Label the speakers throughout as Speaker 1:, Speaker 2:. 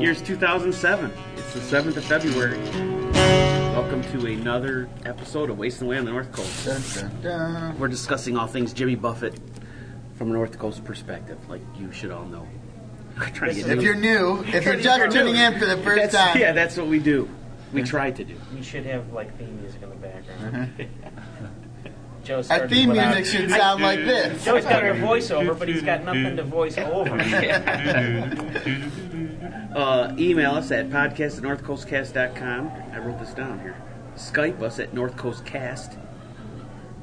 Speaker 1: Year's 2007. It's the 7th of February. Welcome to another episode of Wasting Away on the North Coast.
Speaker 2: Dun, dun, dun.
Speaker 1: We're discussing all things Jimmy Buffett from a North Coast perspective, like you should all know. We're trying to get
Speaker 2: If
Speaker 1: new-
Speaker 2: you're new, if you're
Speaker 1: You're
Speaker 2: just
Speaker 1: new.
Speaker 2: tuning in for the
Speaker 1: That's-
Speaker 2: first time,
Speaker 1: Yeah, that's what we do. We try to do.
Speaker 3: We should have like theme music in the background. Joe
Speaker 2: our
Speaker 3: started
Speaker 2: theme
Speaker 3: without-
Speaker 2: music should sound like this.
Speaker 3: Joe's got a voiceover, but he's got nothing to voice over.
Speaker 1: Uh, email us at podcast at northcoastcast.com. I wrote this down here. Skype us at northcoastcast.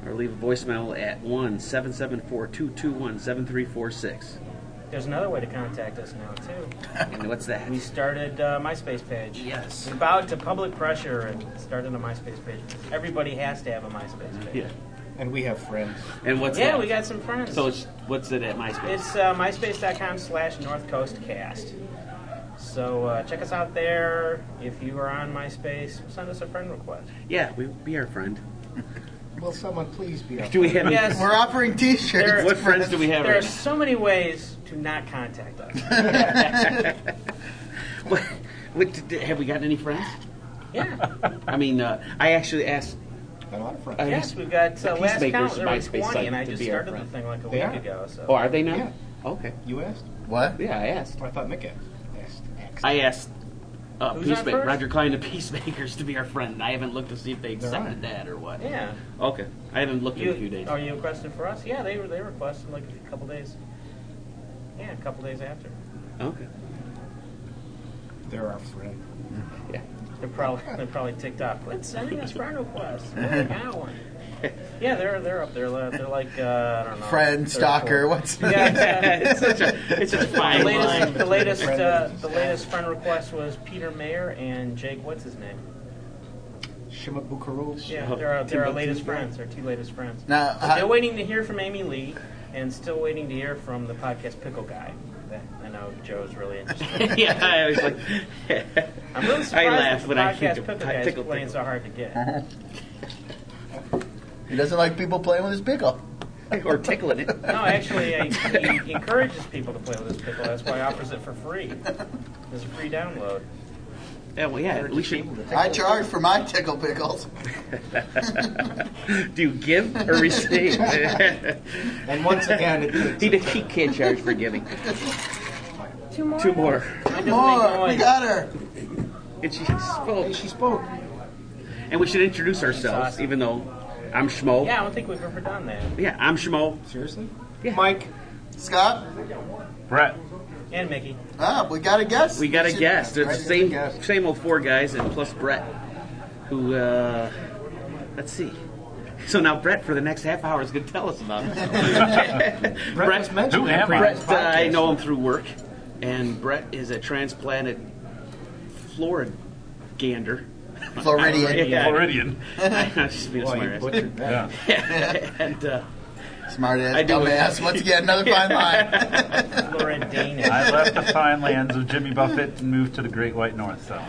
Speaker 1: Or leave a voicemail at 1 774 221 7346.
Speaker 3: There's another way to contact us now too.
Speaker 1: And what's that?
Speaker 3: We started uh, MySpace page.
Speaker 1: Yes.
Speaker 3: We bowed to public pressure and started a MySpace page. Everybody has to have a MySpace page.
Speaker 1: Yeah.
Speaker 4: And we have friends.
Speaker 1: And what's
Speaker 3: Yeah,
Speaker 1: that?
Speaker 3: we got some friends.
Speaker 1: So it's, what's it at MySpace?
Speaker 3: It's uh, myspace.com slash northcoastcast. So uh, check us out there. If you are on MySpace, send us a friend request.
Speaker 1: Yeah, we be our friend.
Speaker 4: Will someone please be up?
Speaker 1: Do we have?
Speaker 3: Yes.
Speaker 2: We're offering
Speaker 3: There-
Speaker 2: T-shirts.
Speaker 1: What friends do we have?
Speaker 3: There are
Speaker 1: Right?
Speaker 3: so many ways to not contact us.
Speaker 1: What, what, did- have we gotten any friends?
Speaker 3: Yeah.
Speaker 1: I mean, uh, I actually asked.
Speaker 4: Got a lot of friends.
Speaker 1: I
Speaker 3: Yes,
Speaker 1: asked-
Speaker 3: we've got uh, last count
Speaker 5: Peacemakers
Speaker 3: there were
Speaker 5: MySpace
Speaker 3: 20,
Speaker 5: site
Speaker 3: and I
Speaker 5: to
Speaker 3: just
Speaker 5: be our
Speaker 3: started the
Speaker 5: friend.
Speaker 3: thing like a
Speaker 4: They
Speaker 3: week
Speaker 4: are.
Speaker 3: ago. So
Speaker 1: Oh, are they now?
Speaker 4: Yeah.
Speaker 1: Okay.
Speaker 4: You asked?
Speaker 2: What?
Speaker 5: Yeah, I asked.
Speaker 4: Well, I thought Mick asked. asked.
Speaker 1: I asked uh,
Speaker 3: Who's our
Speaker 1: Peacemaker,
Speaker 3: first?
Speaker 1: Roger Klein of Peacemakers to be our friend. I haven't looked to see if they accepted that or what.
Speaker 3: yeah,
Speaker 1: Okay. I haven't looked in a few
Speaker 3: you
Speaker 1: days.
Speaker 3: are you requested for us? Yeah, they were they requested like a couple days. Yeah, a couple days after.
Speaker 1: Okay.
Speaker 4: They're our friend.
Speaker 3: They're probably they're probably ticked off. Quit sending us friend requests. We already got one. Yeah, they're they're up there. They're like uh, I don't know.
Speaker 2: Friend,
Speaker 3: third,
Speaker 2: stalker,
Speaker 3: fourth.
Speaker 2: what's the
Speaker 3: Yeah,
Speaker 1: it's such a it's such a
Speaker 3: the
Speaker 1: fine
Speaker 3: latest,
Speaker 1: line.
Speaker 3: the latest, uh, the latest friend request was Peter Mayer and Jake. What's his name?
Speaker 4: Shimabukaru.
Speaker 3: Yeah, they're our, they're our latest friends, our two latest friends.
Speaker 2: Now,
Speaker 3: We're
Speaker 2: how-
Speaker 3: still waiting to hear from Amy Lee, and still waiting to hear from the podcast Pickle Guy. That- I know Joe's really interested.
Speaker 1: yeah, I was like,
Speaker 3: I'm really surprised
Speaker 1: laugh
Speaker 3: that the
Speaker 1: when I
Speaker 3: podcast
Speaker 1: think of
Speaker 3: Pickle
Speaker 1: Pi-
Speaker 3: Guy
Speaker 1: Pickle
Speaker 3: is playing
Speaker 1: Pickle.
Speaker 3: so hard to get.
Speaker 2: He doesn't like people playing with his pickle.
Speaker 1: or tickling it.
Speaker 3: No, actually, I, he encourages people to play with his pickle. That's why he offers it for free. There's a free download.
Speaker 1: Yeah, well, yeah. We should.
Speaker 2: I charge for my tickle pickles.
Speaker 1: Do you give or receive?
Speaker 4: And once again, it, it's,
Speaker 1: he, he can't charge for giving.
Speaker 3: Two more.
Speaker 1: Two more.
Speaker 3: I
Speaker 2: More, we got her.
Speaker 1: And she spoke.
Speaker 4: hey, she spoke.
Speaker 1: And we should introduce ourselves,
Speaker 3: awesome.
Speaker 1: even though I'm Schmo.
Speaker 3: Yeah, I don't think we've ever done that.
Speaker 1: Yeah, I'm Schmo.
Speaker 4: Seriously?
Speaker 1: Yeah.
Speaker 4: Mike.
Speaker 2: Scott,
Speaker 1: Brett.
Speaker 3: And Mickey.
Speaker 2: ah, we got a guest.
Speaker 1: We got a
Speaker 2: Should-
Speaker 1: guest. It's the
Speaker 4: Right,
Speaker 1: same
Speaker 4: guest.
Speaker 1: same old four guys and plus Brett, who uh, let's see. So now Brett for the next half hour is going to tell us about it.
Speaker 4: Brett, was mentioned.
Speaker 6: who
Speaker 4: in a
Speaker 6: am I?
Speaker 4: previous
Speaker 1: Brett, uh, I
Speaker 4: podcast.
Speaker 1: know him through work, and Brett is a transplanted Floridander.
Speaker 2: Floridian.
Speaker 6: Floridian.
Speaker 1: I'm just being a
Speaker 4: Boy, you
Speaker 1: smart
Speaker 4: butchered that.
Speaker 6: Yeah.
Speaker 1: and uh,
Speaker 2: Smart ass,
Speaker 1: I do.
Speaker 2: dumb ass. Once again, another fine line.
Speaker 3: Loredana.
Speaker 6: I left the fine lands of Jimmy Buffett and moved to the Great White North. So,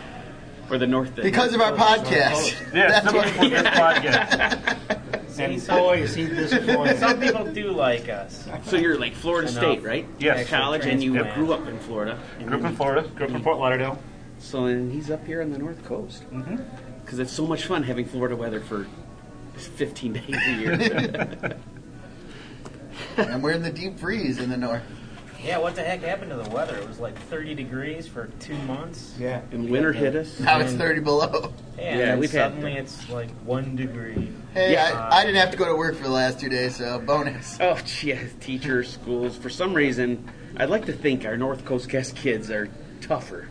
Speaker 1: or the North End.
Speaker 2: Because of our podcast.
Speaker 6: yeah,
Speaker 2: That's
Speaker 6: simply
Speaker 2: what-
Speaker 6: for this podcast.
Speaker 4: And boy, is he disappointed.
Speaker 3: Some people do like us.
Speaker 1: so you're like Florida
Speaker 3: Enough.
Speaker 1: State, right?
Speaker 6: Yes.
Speaker 1: College, and you
Speaker 3: Transplant.
Speaker 1: grew up in Florida. And
Speaker 6: uh, Grew up in
Speaker 1: then-
Speaker 6: Florida. Grew up in Fort Lauderdale.
Speaker 1: So and he's up here on the North Coast.
Speaker 6: Mm-hmm.
Speaker 1: Because it's so much fun having Florida weather for 15 days a year.
Speaker 2: and we're in the deep freeze in the north.
Speaker 3: Yeah, what the heck happened to the weather? It was like 30 degrees for two months.
Speaker 4: Yeah.
Speaker 1: and winter hit us.
Speaker 2: Now it's 30 below.
Speaker 3: And
Speaker 1: Yeah,
Speaker 3: then
Speaker 1: we've had-
Speaker 3: suddenly it's like one degree.
Speaker 2: Hey,
Speaker 1: Yeah.
Speaker 2: I, I didn't have to go to work for the last two days, so bonus.
Speaker 1: Oh, gee, yeah, teachers, schools. For some reason, I'd like to think our North Coast Cast kids are tougher.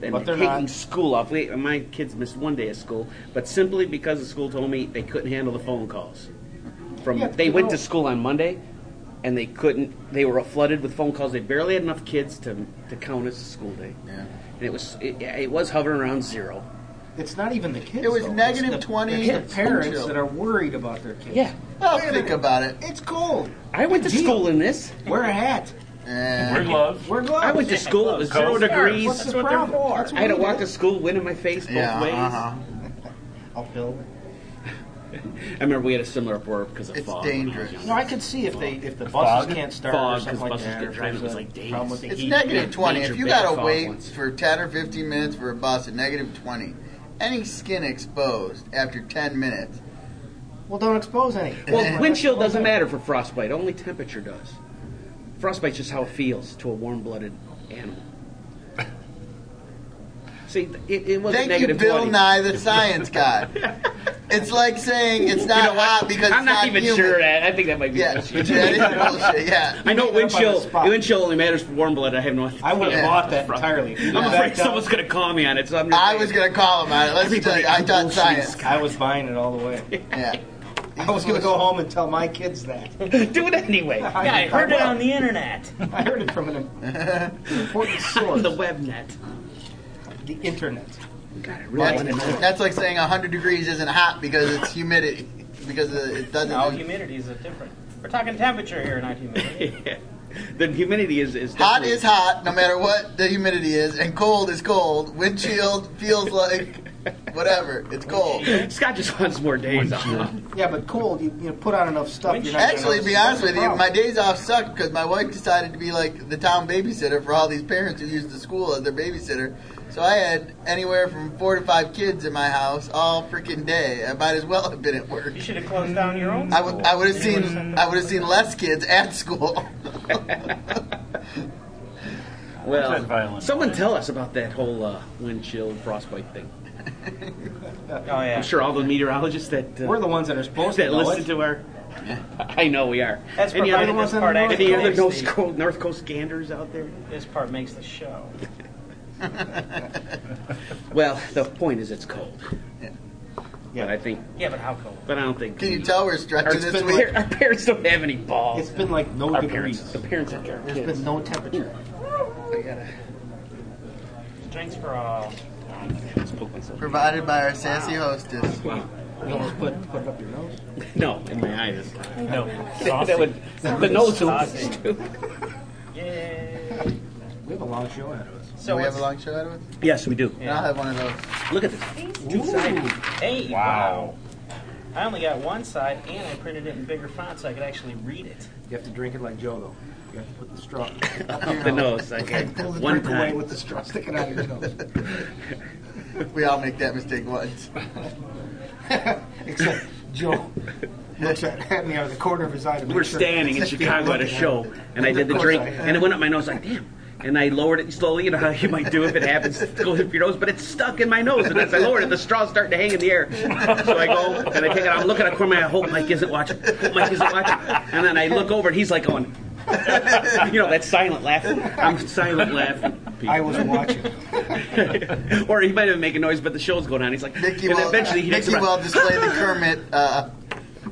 Speaker 1: than
Speaker 4: But they're
Speaker 1: hating
Speaker 4: not.
Speaker 1: school off. We, my kids missed one day of school, but simply because the school told me they couldn't handle the phone calls. From
Speaker 4: Yeah,
Speaker 1: they
Speaker 4: you
Speaker 1: went
Speaker 4: know-
Speaker 1: to school on Monday, and they couldn't. They were flooded with phone calls. They barely had enough kids to to count as a school day.
Speaker 2: Yeah.
Speaker 1: And it was it, yeah, it was hovering around zero.
Speaker 4: It's not even the kids.
Speaker 2: It was
Speaker 4: though. It's
Speaker 2: negative
Speaker 4: the-
Speaker 2: 20
Speaker 4: It's the parents
Speaker 2: chill.
Speaker 4: that are worried about their kids.
Speaker 1: Yeah,
Speaker 2: I'll think about it.
Speaker 4: It's cold.
Speaker 1: I went to
Speaker 4: Gee.
Speaker 1: school in this.
Speaker 4: Wear a hat.
Speaker 2: Eh.
Speaker 6: Wear gloves.
Speaker 4: Wear gloves.
Speaker 1: I went to school. It was zero
Speaker 6: Coast Guard.
Speaker 1: degrees.
Speaker 4: What's
Speaker 3: That's
Speaker 4: the
Speaker 3: what they're
Speaker 4: problem?
Speaker 3: for.
Speaker 4: That's what
Speaker 1: I had to
Speaker 4: we
Speaker 1: walk
Speaker 4: do.
Speaker 2: uh-huh.
Speaker 1: to school, wind in my face both
Speaker 2: yeah,
Speaker 1: ways.
Speaker 2: uh-huh.
Speaker 4: uphill.
Speaker 1: I remember we had a similar uproar because of
Speaker 2: It's
Speaker 1: fog.
Speaker 2: dangerous.
Speaker 1: When I was
Speaker 4: No,
Speaker 1: younger.
Speaker 4: I could see if they if the buses
Speaker 6: Fog?
Speaker 4: can't start
Speaker 1: Fog,
Speaker 4: or
Speaker 1: 'cause
Speaker 4: something like
Speaker 1: buses
Speaker 4: that.
Speaker 1: get
Speaker 4: or
Speaker 1: dragged, it was
Speaker 4: there's a
Speaker 1: like days.
Speaker 4: Problem with the
Speaker 2: It's
Speaker 4: heat.
Speaker 1: yeah,
Speaker 2: negative 20.
Speaker 1: major
Speaker 2: If you
Speaker 1: big
Speaker 2: got to
Speaker 1: fog
Speaker 2: wait
Speaker 1: once.
Speaker 2: for 10 or 15 minutes for a bus at negative 20, any skin exposed after 10 minutes.
Speaker 4: Well, don't expose any.
Speaker 1: Well, windshield doesn't matter for frostbite. Only temperature does. Frostbite's just how it feels to a warm-blooded animal. See, it, it wasn't
Speaker 2: Thank you,
Speaker 1: negative
Speaker 2: Bill
Speaker 1: 20.
Speaker 2: Nye, the science guy. it's like saying it's not hot because
Speaker 1: I'm
Speaker 2: it's
Speaker 1: not, even
Speaker 2: humid.
Speaker 1: sure that. I think that might be
Speaker 2: Yeah,
Speaker 1: bullshit.
Speaker 2: that is bullshit. Yeah.
Speaker 1: I know
Speaker 4: Make it up on the
Speaker 1: windshield.
Speaker 4: spot.
Speaker 1: Windshield only matters for warm blood. I have no.
Speaker 4: I would have
Speaker 2: Yeah.
Speaker 4: bought that entirely.
Speaker 1: I'm
Speaker 2: Yeah.
Speaker 1: afraid someone's gonna call me on it. So I'm just
Speaker 2: I
Speaker 1: saying.
Speaker 2: was gonna call him on it. Let's just tell
Speaker 1: Everybody
Speaker 2: you, I
Speaker 1: on
Speaker 2: taught
Speaker 1: bullshit is
Speaker 2: science.
Speaker 4: I was buying it all the way.
Speaker 2: Yeah.
Speaker 4: I was going to go home and tell my kids that.
Speaker 1: do it anyway.
Speaker 4: I,
Speaker 3: Yeah, I heard it on the internet.
Speaker 4: I heard it from an important source.
Speaker 1: On the
Speaker 4: the,
Speaker 1: web net.
Speaker 2: Oh
Speaker 4: internet.
Speaker 1: God, I really wanna
Speaker 2: That's,
Speaker 1: know.
Speaker 2: that's like saying 100 degrees isn't hot because it's humidity. Because it doesn't.
Speaker 3: No, humidity is different. We're talking temperature here, not humidity.
Speaker 1: the humidity is is
Speaker 2: hot
Speaker 1: definitely-
Speaker 2: is hot, no matter what the humidity is, and cold is cold. Windshield feels like whatever. It's cold.
Speaker 1: Scott just wants more days off.
Speaker 4: Yeah, but cold. You, you put on enough stuff. You're not gonna
Speaker 2: Actually, to
Speaker 4: notice.
Speaker 2: be honest
Speaker 4: That's
Speaker 2: with
Speaker 4: the
Speaker 2: you, my
Speaker 4: problem.
Speaker 2: days off sucked because my wife decided to be like the town babysitter for all these parents who use the school as their babysitter. So I had anywhere from four to five kids in my house all freaking day. I might as well have been at work.
Speaker 3: You should have closed down your own.
Speaker 2: I would I would have
Speaker 3: You
Speaker 2: seen
Speaker 3: would've sent
Speaker 2: I would have seen less kids at school.
Speaker 6: What's that
Speaker 1: Well,
Speaker 6: violin?
Speaker 1: someone tell us about that whole uh, wind chill frostbite thing.
Speaker 3: them- Oh yeah.
Speaker 1: I'm sure all the meteorologists that uh,
Speaker 4: We're the ones that are supposed
Speaker 1: that
Speaker 4: to know
Speaker 1: listen
Speaker 4: it.
Speaker 1: to our. I know we are.
Speaker 3: That's
Speaker 1: any other,
Speaker 3: provided this
Speaker 4: ones
Speaker 3: part
Speaker 4: in the
Speaker 3: actually
Speaker 1: any other
Speaker 3: makes
Speaker 1: North
Speaker 3: the,
Speaker 1: Coast, North Coast ganders out there?
Speaker 3: this part makes the show.
Speaker 1: Well, the point is it's cold.
Speaker 2: Yeah.
Speaker 1: But I think,
Speaker 3: Yeah, but how cold?
Speaker 1: but I don't think.
Speaker 2: Can you
Speaker 1: we-
Speaker 2: tell we're
Speaker 1: Our,
Speaker 2: stretching this
Speaker 1: our
Speaker 2: week?
Speaker 1: par- our parents don't have any balls.
Speaker 4: It's been like no
Speaker 1: our
Speaker 4: degrees.
Speaker 1: parents, the parents that care.
Speaker 4: There's been no temperature.
Speaker 3: Drinks for all.
Speaker 1: Let's poke myself.
Speaker 2: Provided by our sassy hostess.
Speaker 4: You almost put put it up your nose.
Speaker 1: No, in my eyes.
Speaker 6: No.
Speaker 1: that would, the nose will be stupid.
Speaker 3: Yay.
Speaker 4: We have a long show ahead of us.
Speaker 2: Do
Speaker 3: So
Speaker 2: we have
Speaker 3: it's,
Speaker 2: a long shot of it?
Speaker 1: Yes, we do.
Speaker 2: And I'll have one of those.
Speaker 1: Look at this.
Speaker 4: Two-sided.
Speaker 3: hey,
Speaker 6: Wow.
Speaker 3: I only got one side, and I printed it in bigger font so I could actually read it.
Speaker 4: You have to drink it like Joe, though. You have to put the straw up
Speaker 1: Up the nose. I
Speaker 4: And pull the
Speaker 1: one
Speaker 4: drink away
Speaker 1: time.
Speaker 4: with the straw sticking out of your nose.
Speaker 2: We all make that mistake once.
Speaker 4: Except Joe looks at, at me out of the corner of his eye. To make
Speaker 1: We were
Speaker 4: sure
Speaker 1: standing in
Speaker 4: Just
Speaker 1: Chicago at a
Speaker 4: looking
Speaker 1: show,
Speaker 4: it.
Speaker 1: and I did the
Speaker 4: Of course
Speaker 1: drink,
Speaker 4: I-
Speaker 1: and it went up my nose like, damn. And I lowered it slowly. You know how you might do if it happens, it goes up your nose, but it's stuck in my nose. And as I lowered it, the straw's starting to hang in the air. So I go and I take it. I'm looking at the corner. I hope Mike isn't watching. Hope Mike isn't watching. And then I look over, and he's like going, you know, that silent laugh. I'm silent laughing.
Speaker 4: I was watching.
Speaker 1: or he might even make a noise, but the show's going on. He's like,
Speaker 2: Mickey
Speaker 1: and
Speaker 2: will,
Speaker 1: eventually he makes
Speaker 2: Mickey
Speaker 1: a
Speaker 2: will display the Kermit uh,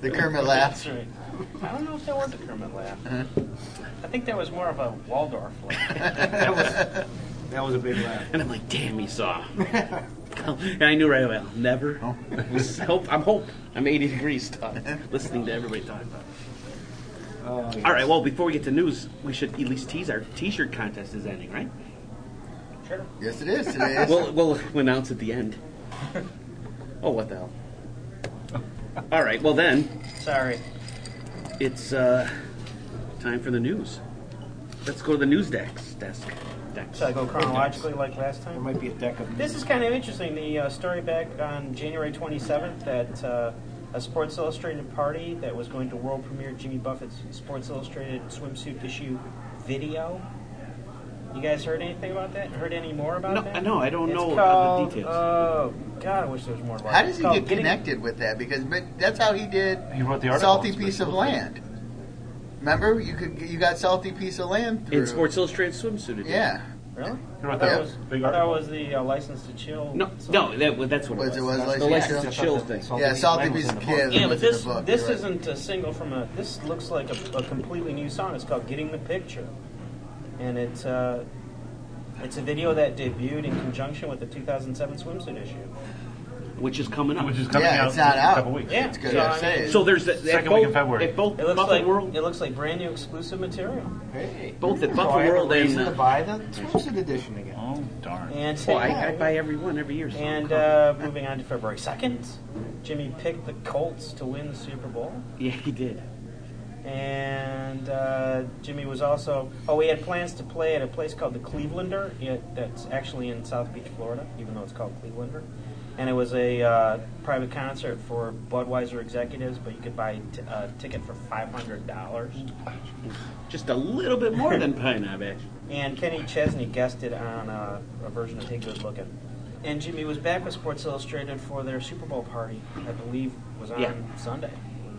Speaker 2: the Kermit laugh.
Speaker 3: That's right. I don't know if that was a Kermit laugh. I think that was more of a Waldorf laugh.
Speaker 4: That was, that was a big laugh.
Speaker 1: And I'm like, damn, he saw. and I knew right away, I'll never. hope, I'm hope. I'm 80 degrees stuck, listening to everybody talk about it.
Speaker 4: Oh, yeah.
Speaker 1: All right, well, before we get to news, we should at least tease our T-shirt contest is ending, right?
Speaker 3: Sure.
Speaker 2: Yes, it is today. is-
Speaker 1: We'll, we'll announce at the end. Oh, what the hell? All right, well then,
Speaker 3: Sorry.
Speaker 1: it's uh, time for the news. Let's go to the news desk. Desk. desk.
Speaker 3: Should I go chronologically like last
Speaker 4: There
Speaker 3: time?
Speaker 4: might be a deck of
Speaker 3: This is kind of interesting. The uh, story back on January 27th that uh, a Sports Illustrated party that was going to world premiere Jimmy Buffett's Sports Illustrated swimsuit issue video. You guys heard anything about that? Heard any more about
Speaker 1: No,
Speaker 3: that?
Speaker 1: no, I don't
Speaker 3: It's
Speaker 1: know the
Speaker 3: called,
Speaker 1: details.
Speaker 3: Oh God, I wish there was more.
Speaker 2: How does
Speaker 3: It's
Speaker 2: he
Speaker 3: called
Speaker 2: get
Speaker 3: Getting-
Speaker 2: connected with that? Because but that's how he did
Speaker 6: He wrote the article.
Speaker 2: salty piece of land. Remember, you could you got salty piece of land through
Speaker 1: In Sports Illustrated swimsuit. edition.
Speaker 2: Yeah,
Speaker 3: Really?
Speaker 6: You wrote
Speaker 3: I thought
Speaker 2: that
Speaker 3: it was,
Speaker 6: big
Speaker 3: I thought it
Speaker 6: article.
Speaker 3: was the uh, license to chill.
Speaker 1: No,
Speaker 3: song.
Speaker 1: no, that, was- that's what
Speaker 2: Was
Speaker 1: it was.
Speaker 2: it was
Speaker 1: That's the
Speaker 2: like-
Speaker 1: license
Speaker 2: yeah.
Speaker 1: to chill thing.
Speaker 2: yeah, salty
Speaker 4: Land was
Speaker 2: piece
Speaker 4: in
Speaker 2: of
Speaker 4: the
Speaker 2: land.
Speaker 3: Yeah, but
Speaker 2: was in the
Speaker 3: this
Speaker 2: book,
Speaker 3: this
Speaker 2: you're right.
Speaker 3: isn't a single from a. This looks like a, a completely new song. It's called "Getting the Picture," and it's uh, it's a video that debuted in conjunction with the 2007 swimsuit issue.
Speaker 1: which is coming up.
Speaker 6: which is coming
Speaker 2: Yeah,
Speaker 6: out
Speaker 2: it's
Speaker 6: in
Speaker 2: not
Speaker 6: a
Speaker 2: out.
Speaker 6: couple weeks.
Speaker 3: Yeah.
Speaker 2: It's good.
Speaker 3: So,
Speaker 2: Yeah,
Speaker 3: I mean,
Speaker 2: say it.
Speaker 1: so there's a,
Speaker 6: Second
Speaker 1: at
Speaker 6: week
Speaker 1: both,
Speaker 6: in February.
Speaker 1: At both
Speaker 3: It looks
Speaker 1: Buffett
Speaker 3: like
Speaker 1: World,
Speaker 3: it looks like brand new exclusive material.
Speaker 4: Hey,
Speaker 1: Both at
Speaker 4: so
Speaker 1: Buffalo
Speaker 4: I have a
Speaker 1: World and,
Speaker 4: reason
Speaker 1: uh,
Speaker 4: to buy the swimsuit edition again.
Speaker 6: Oh darn!
Speaker 3: And
Speaker 1: oh, I, I buy every one every year. so I'm
Speaker 3: and
Speaker 1: covered.
Speaker 3: uh, moving on to February second, Jimmy picked the Colts to win the Super Bowl.
Speaker 1: yeah, he did.
Speaker 3: And uh, Jimmy was also oh we had plans to play at a place called the Clevelander. yeah, That's actually in South Beach, Florida, even though it's called Clevelander. And it was a uh, private concert for Budweiser executives, but you could buy t- a ticket for five hundred dollars.
Speaker 1: Just a little bit more than Pine Knob, actually.
Speaker 3: And Kenny Chesney guested on uh, a version of Hey Good Looking. And Jimmy was back with Sports Illustrated for their Super Bowl party, I believe was on
Speaker 1: Yeah.
Speaker 3: Sunday.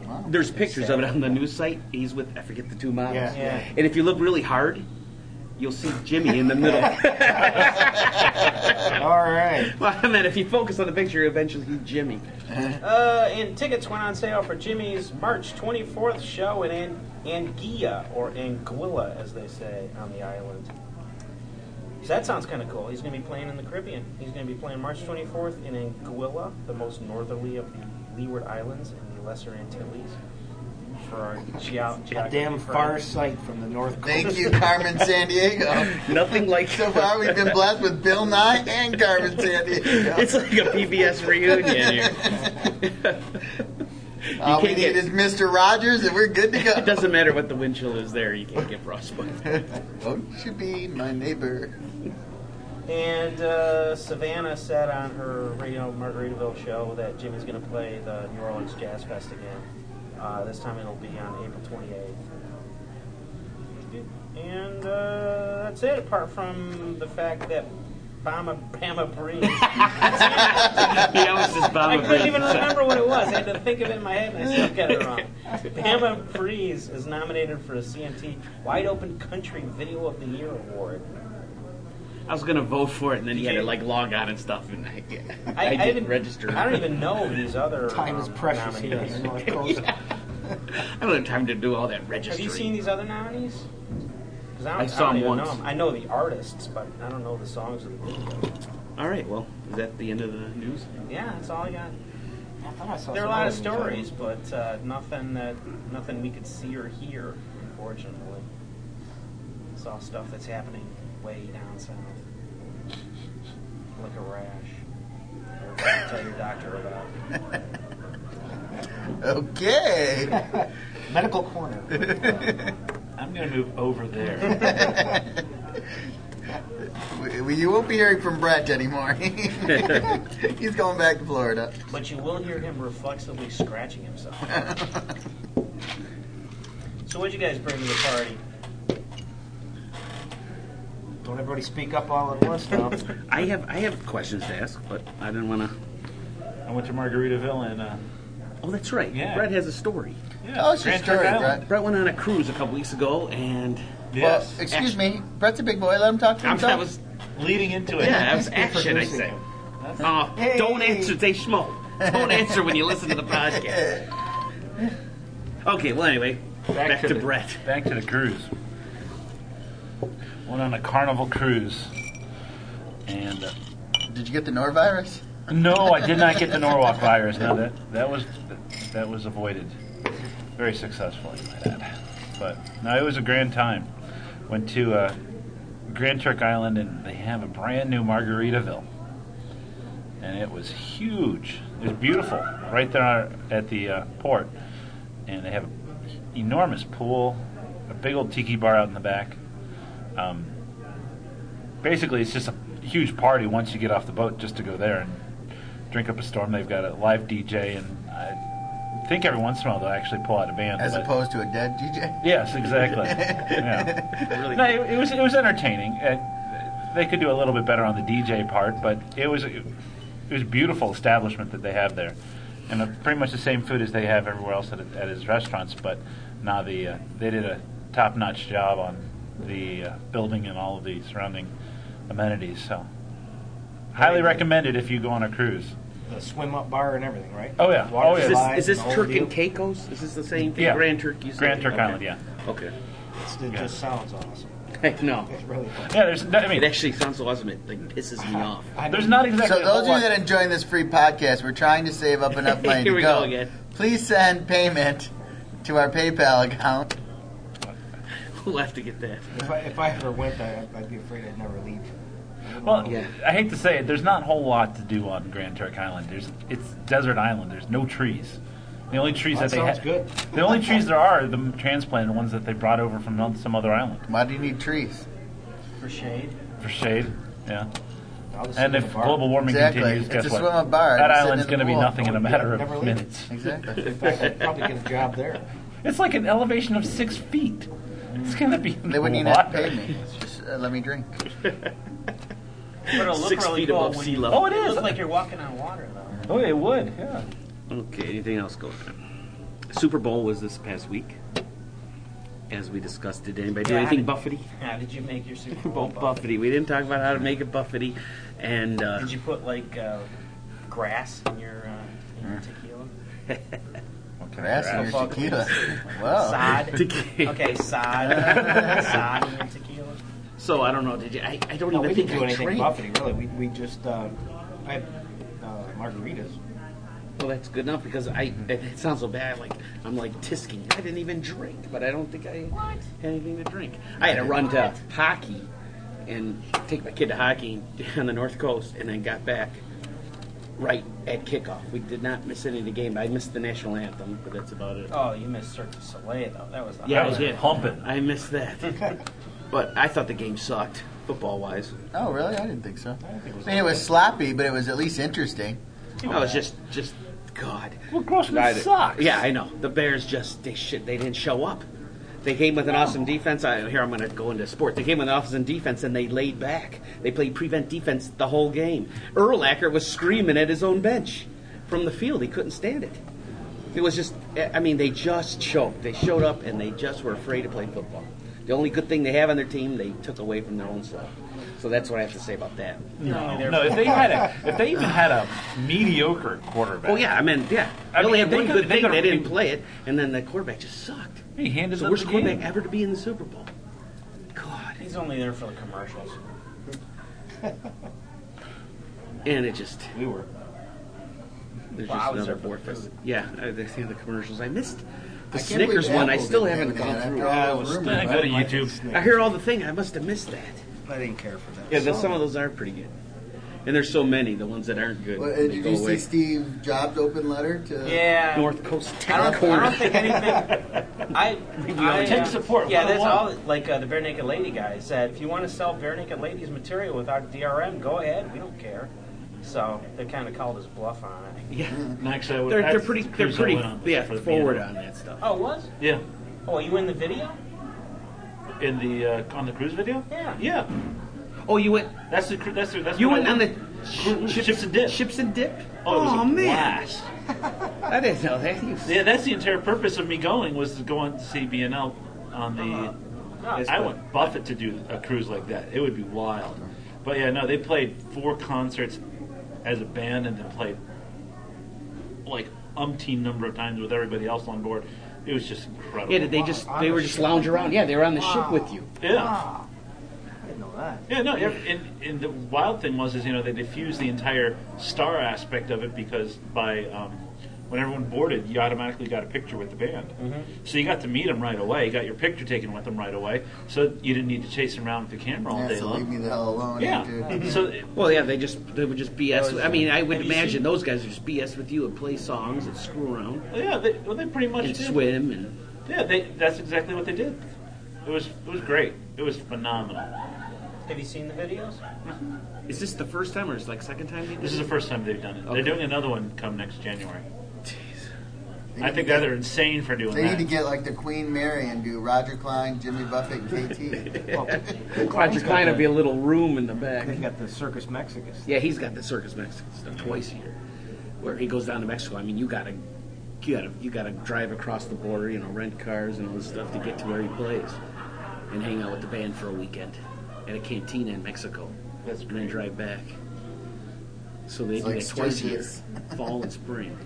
Speaker 2: Wow.
Speaker 1: There's pictures of it on the news site. He's with I forget the two models.
Speaker 4: Yeah.
Speaker 3: Yeah.
Speaker 1: And if you look really hard, you'll see Jimmy in the middle.
Speaker 4: All right.
Speaker 1: well, I mean, if you focus on the picture, you'll eventually see Jimmy.
Speaker 3: Uh, and tickets went on sale for Jimmy's March 24th show in An- Anguilla, or Anguilla as they say on the island. So that sounds kind of cool. He's going to be playing in the Caribbean. He's going to be playing March 24th in Anguilla, the most northerly of the Leeward Islands and the Lesser Antilles. For our geo-
Speaker 4: A
Speaker 3: geography
Speaker 4: damn
Speaker 3: friends.
Speaker 4: far sight from the North Coast.
Speaker 2: Thank you, Carmen San Diego.
Speaker 1: Nothing like
Speaker 2: So far, we've been blessed with Bill Nye and Carmen San Diego.
Speaker 1: It's like a PBS reunion here.
Speaker 2: All we
Speaker 1: can't
Speaker 2: need
Speaker 1: get-
Speaker 2: is Mr. Rogers, and we're good to
Speaker 1: It
Speaker 2: go.
Speaker 1: doesn't matter what the wind chill is there, you can't get frostbite.
Speaker 2: Won't you be my neighbor?
Speaker 3: And uh, Savannah said on her Radio Margaritaville show that Jimmy's going to play the New Orleans Jazz Fest again. Uh, this time it'll be on April 28th. And uh, that's it, apart from the fact that Bama Bama Breeze.
Speaker 1: he always just
Speaker 3: I
Speaker 1: bomb a
Speaker 3: couldn't
Speaker 1: bit.
Speaker 3: even remember what it was. I had to think of it in my head, and I still got it wrong. Bama Breeze is nominated for a CMT Wide Open Country Video of the Year Award.
Speaker 1: I was gonna vote for it, and then he had to like log out and stuff, and I, I, didn't, register.
Speaker 3: I don't even know these other.
Speaker 4: Time
Speaker 3: um,
Speaker 4: is precious here on
Speaker 3: nominees.
Speaker 4: the North Coast.
Speaker 1: I don't have time to do all that
Speaker 3: Have
Speaker 1: registering.
Speaker 3: you seen these other nominees? 'Cause I, don't,
Speaker 1: I saw
Speaker 3: don't
Speaker 1: 'em
Speaker 3: even
Speaker 1: once.
Speaker 3: Know 'em. I know the artists, but I don't know the songs of the group.
Speaker 1: All right, well, is that the end of the news?
Speaker 3: Yeah, that's all I got.
Speaker 4: I thought I saw
Speaker 3: There are a lot of
Speaker 4: some other
Speaker 3: stories,
Speaker 4: movies.
Speaker 3: but uh, nothing that nothing we could see or hear, unfortunately. It's all stuff that's happening way down south, like a rash. You're gonna tell your doctor about.
Speaker 2: Okay.
Speaker 4: uh, Medical corner.
Speaker 6: I'm gonna move over there.
Speaker 2: We- we- You won't be hearing from Brett anymore. He's going back to Florida.
Speaker 3: But you will hear him reflexively scratching himself. so what'd you guys bring to the party?
Speaker 4: Don't everybody speak up all at once now.
Speaker 1: I have I have questions to ask, but I didn't want to.
Speaker 6: I went to Margaritaville and uh,
Speaker 1: Oh, that's right.
Speaker 6: Yeah.
Speaker 1: Brett has a story.
Speaker 6: yeah,
Speaker 2: Tell us your
Speaker 6: Grand
Speaker 2: story,
Speaker 6: Turk Island.
Speaker 2: Brett.
Speaker 1: Brett went on a cruise a couple weeks ago, and
Speaker 6: Yes,
Speaker 2: Well, excuse me. Brett's a big boy. Let him talk to
Speaker 1: I'm,
Speaker 2: himself.
Speaker 1: that was
Speaker 6: leading into it.
Speaker 1: yeah, that was action. I said, uh,
Speaker 4: Hey.
Speaker 1: don't answer. They smoke. Don't answer when you listen to the podcast. Okay. Well, anyway, back, to,
Speaker 6: the-
Speaker 1: Brett.
Speaker 6: Back to the cruise. Went on a carnival cruise, and uh,
Speaker 2: Did you get the norovirus?
Speaker 6: no, I did not get the Norwalk virus. No, that that was that was avoided very successfully, I might add. But no, it was a grand time. Went to uh, Grand Turk Island, and they have a brand new Margaritaville, and it was huge. It was beautiful, right there at the uh, port, and they have an enormous pool, a big old tiki bar out in the back. Um, basically, it's just a huge party once you get off the boat, just to go there and drink up a storm. They've got a live DJ, and I think every once in a while they'll actually pull out a band.
Speaker 2: As
Speaker 6: but-
Speaker 2: opposed to a dead DJ?
Speaker 6: Yes, exactly. yeah.
Speaker 1: Really,
Speaker 6: No, it, it was it was entertaining. Uh, they could do a little bit better on the DJ part, but it was it was a beautiful establishment that they have there, and uh, pretty much the same food as they have everywhere else at, at his restaurants. But now the uh, they did a top notch job on the uh, building and all of the surrounding amenities. So highly recommended if you go on a cruise.
Speaker 4: The swim up bar and everything, right?
Speaker 6: Oh, yeah.
Speaker 4: Water
Speaker 6: Oh, yeah.
Speaker 1: is this,
Speaker 4: slides
Speaker 1: is this
Speaker 4: whole
Speaker 1: Turk
Speaker 4: deal.
Speaker 1: and Caicos? Is this the same thing?
Speaker 6: Yeah.
Speaker 1: Grand Turk. you said?
Speaker 6: Grand Turk
Speaker 1: Okay.
Speaker 6: Island, yeah.
Speaker 1: Okay.
Speaker 4: It's- It just sounds awesome.
Speaker 1: I know.
Speaker 4: It's really fun.
Speaker 6: Yeah, there's. I
Speaker 1: It
Speaker 6: mean,
Speaker 1: actually sounds so awesome. It like pisses me off.
Speaker 4: I
Speaker 6: there's
Speaker 4: mean,
Speaker 6: not exactly.
Speaker 2: So
Speaker 6: a
Speaker 2: those of
Speaker 6: whole
Speaker 2: you that
Speaker 6: lot-
Speaker 2: are enjoying this free podcast, we're trying to save up enough money
Speaker 1: Here
Speaker 2: to
Speaker 1: we
Speaker 2: go.
Speaker 1: go again.
Speaker 2: Please send payment to our PayPal account.
Speaker 1: We'll have to get that.
Speaker 4: If I, if I ever went, I, I'd be afraid I'd never leave.
Speaker 6: Well,
Speaker 1: Yeah.
Speaker 6: I hate to say it. There's not a whole lot to do on Grand Turk Island. There's it's desert island. There's no trees. The only trees
Speaker 4: That
Speaker 6: that, they
Speaker 4: sounds
Speaker 6: have.
Speaker 4: good.
Speaker 6: The only trees there are are the transplanted ones that they brought over from on- some other island
Speaker 2: Why do you need trees?
Speaker 3: for shade.
Speaker 6: for shade. Yeah.
Speaker 4: I'll just
Speaker 6: And
Speaker 4: sit in
Speaker 6: if
Speaker 4: the bar.
Speaker 6: global warming
Speaker 2: Exactly.
Speaker 6: continues,
Speaker 2: It's
Speaker 6: guess
Speaker 2: a
Speaker 6: what?
Speaker 2: swim-up bar.
Speaker 6: That
Speaker 2: Just sit
Speaker 6: island's
Speaker 2: in
Speaker 6: going to
Speaker 2: the
Speaker 6: be
Speaker 2: pool.
Speaker 6: nothing in a
Speaker 4: Yeah,
Speaker 6: matter
Speaker 4: never
Speaker 6: of
Speaker 4: leave.
Speaker 6: minutes.
Speaker 2: Exactly.
Speaker 4: in fact, I'd probably get a job there.
Speaker 6: It's like an elevation of six feet. It's going to be.
Speaker 2: they wouldn't even have to pay me. It's just uh, let me drink.
Speaker 3: But it'll look
Speaker 1: Six
Speaker 3: really
Speaker 1: feet
Speaker 3: cool
Speaker 1: above
Speaker 3: when
Speaker 1: sea
Speaker 3: you-
Speaker 1: level.
Speaker 6: Oh, it is.
Speaker 3: looks like you're walking on water, though.
Speaker 6: Oh, it would. Yeah.
Speaker 1: Okay, anything else going on? Super Bowl was this past week. As we discussed, did anybody do
Speaker 3: Yeah, I
Speaker 1: anything
Speaker 3: did.
Speaker 1: buffety?
Speaker 3: How did you make your Super
Speaker 1: Bowl
Speaker 3: Bowl buff?
Speaker 1: buffety. We didn't talk about how to make it buffety. And uh,
Speaker 3: Did you put like uh, grass in your, uh, in your tequila?
Speaker 6: Okay.
Speaker 2: Grass in your
Speaker 3: Football
Speaker 2: tequila.
Speaker 3: cleats.
Speaker 2: Wow.
Speaker 3: Sod.
Speaker 1: Tequila.
Speaker 3: Okay, sod. sod in your tequila.
Speaker 1: so I don't know. Did you? I, I don't
Speaker 4: No,
Speaker 1: even
Speaker 4: we
Speaker 1: think
Speaker 4: didn't do
Speaker 1: I
Speaker 4: anything
Speaker 1: drank.
Speaker 4: buffeting, really. We, we just uh, I had uh, margaritas.
Speaker 1: Well, that's good enough because I. It, it sounds so bad. Like I'm like tisking. I didn't even drink, but I don't think I had anything to drink. I had to run to hockey and take my kid to hockey on the north coast, and then got back right at kickoff. We did not miss any of the game. I missed the national anthem, but that's about it.
Speaker 3: Oh, you missed Cirque du Soleil though. That was the
Speaker 1: Yeah,
Speaker 6: I
Speaker 1: I
Speaker 6: was
Speaker 1: did.
Speaker 6: humping.
Speaker 1: I missed that. but I thought the game sucked, football wise.
Speaker 2: Oh, really? I didn't think so.
Speaker 4: I think it was
Speaker 2: I mean, it was sloppy, but it was at least interesting.
Speaker 1: I was just, just, God.
Speaker 6: Well, Grossman
Speaker 1: Neither-
Speaker 6: sucks.
Speaker 1: Yeah, I know. The Bears just, they shit, they didn't show up. They came with an awesome defense. I, here, I'm going to go into sports. They came with an awesome defense and they laid back. They played prevent defense the whole game. Erlacher was screaming at his own bench from the field. He couldn't stand it. It was just, I mean, they just choked. They showed up and they just were afraid to play football. The only good thing they have on their team, they took away from their own self. So that's what I have to say about that.
Speaker 6: No, no, if they had a, if they even had a mediocre quarterback.
Speaker 1: Oh yeah, I mean, yeah.
Speaker 6: I
Speaker 1: they only
Speaker 6: mean,
Speaker 1: had
Speaker 6: they
Speaker 1: one
Speaker 6: could-
Speaker 1: good
Speaker 6: they
Speaker 1: thing.
Speaker 6: could-
Speaker 1: They didn't play it, and then the quarterback just sucked.
Speaker 6: He handed
Speaker 1: It's the
Speaker 6: them
Speaker 1: worst
Speaker 6: the
Speaker 1: quarterback
Speaker 6: game.
Speaker 1: ever to be in the Super Bowl. God.
Speaker 3: He's only there for the commercials.
Speaker 1: And it just
Speaker 4: We were.
Speaker 1: there's
Speaker 3: Wow,
Speaker 1: just
Speaker 3: is
Speaker 1: another
Speaker 3: there
Speaker 1: board
Speaker 3: food?
Speaker 1: fest. Yeah, I, the, see the commercials I missed. The
Speaker 2: I can't believe
Speaker 1: Snickers one I
Speaker 2: Apple
Speaker 1: still
Speaker 2: didn't
Speaker 1: haven't
Speaker 2: have
Speaker 1: gone
Speaker 2: that
Speaker 1: through.
Speaker 2: after all those rumors.
Speaker 6: I go to YouTube.
Speaker 1: I hear all the thing. I must have missed that.
Speaker 4: I didn't care for that.
Speaker 1: Yeah, but some of those are pretty good. And there's so many. The ones that aren't good.
Speaker 2: What,
Speaker 1: they
Speaker 2: did
Speaker 1: go
Speaker 2: you see
Speaker 1: away.
Speaker 2: Steve Jobs' open letter to?
Speaker 3: Yeah.
Speaker 1: North Coast
Speaker 3: I
Speaker 1: Tech
Speaker 3: don't, I
Speaker 1: Corner.
Speaker 3: don't think anything. I, I uh,
Speaker 6: Take support,
Speaker 3: Yeah, that's
Speaker 6: 101.
Speaker 3: all. Like uh, the bare naked lady guy said, if you want to sell bare naked ladies material without DRM, go ahead. We don't care. So they kind of called his bluff on it.
Speaker 1: yeah,
Speaker 2: Mm-hmm.
Speaker 5: Actually, I would,
Speaker 1: they're,
Speaker 5: that's
Speaker 1: they're pretty. They're
Speaker 5: Cruise that
Speaker 1: pretty.
Speaker 5: went on
Speaker 1: Yeah,
Speaker 5: for the
Speaker 1: forward
Speaker 5: piano.
Speaker 1: on that stuff.
Speaker 3: Oh, it was?
Speaker 5: Yeah,
Speaker 3: Oh, you in the video?
Speaker 5: in the uh, on the cruise video.
Speaker 3: Yeah.
Speaker 5: yeah.
Speaker 1: Oh, you went.
Speaker 5: That's the cru- that's the that's
Speaker 1: You
Speaker 5: what
Speaker 1: went
Speaker 5: I
Speaker 1: on the
Speaker 5: Cru- ships and dip.
Speaker 1: Ships and dip.
Speaker 5: Oh, it was a
Speaker 1: man,
Speaker 5: blast.
Speaker 1: I didn't know that. You-
Speaker 5: Yeah, that's the entire purpose of me going was to go on to see BNL on the.
Speaker 3: No.
Speaker 5: I want Buffett to do a cruise like that. It would be wild. But yeah, no, they played four concerts as a band and then played like umpteen number of times with everybody else on board. It was just incredible.
Speaker 1: Yeah, did they just? They were just lounge around. Yeah, they were on the ship with you.
Speaker 5: yeah.
Speaker 4: I didn't know that.
Speaker 5: Yeah, no. ev- And, and the wild thing was is you know they diffused the entire star aspect of it because by um, when everyone boarded, you automatically got a picture with the band. So you got to meet them right away. You got your picture taken with them right away. So you didn't need to chase them around with the camera all
Speaker 2: Yeah,
Speaker 5: day
Speaker 2: so leave
Speaker 5: long.
Speaker 2: me the hell alone.
Speaker 5: Yeah. Mm-hmm.
Speaker 2: dude.
Speaker 5: So
Speaker 1: Well, yeah, they just they would just BS. I mean, I would
Speaker 5: Have you
Speaker 1: imagine
Speaker 5: seen-
Speaker 1: those guys would just BS with you and play songs and screw around
Speaker 5: yeah, they, well, they pretty much
Speaker 1: and
Speaker 5: did.
Speaker 1: swim and
Speaker 5: Yeah, they, that's exactly what they did. It was it was great. It was phenomenal.
Speaker 3: Have you seen the videos?
Speaker 1: is this the first time or is it like second time they did
Speaker 5: This is the
Speaker 1: it?
Speaker 5: first time they've done it.
Speaker 1: Okay.
Speaker 5: They're doing another one come next January.
Speaker 1: Jeez.
Speaker 5: I think they're they're insane for doing
Speaker 2: They
Speaker 5: that.
Speaker 2: need to get like the Queen Mary and do Roger Klein, Jimmy Buffett, and KT.
Speaker 4: Well,
Speaker 1: Roger Klein would be a little room in the back.
Speaker 4: They got the Circus Mexicus.
Speaker 1: Yeah, he's got the Circus Mexican stuff twice a year, where he goes down to Mexico. I mean, you gotta, you gotta, you gotta drive across the border, you know, rent cars and all this stuff to get to where he plays, and hang out with the band for a weekend at a cantina in Mexico,
Speaker 5: That's
Speaker 1: and then
Speaker 5: great.
Speaker 1: drive back. So they
Speaker 2: It's
Speaker 1: do
Speaker 2: like
Speaker 1: that twice a year,
Speaker 2: Sturgis.
Speaker 1: fall and spring.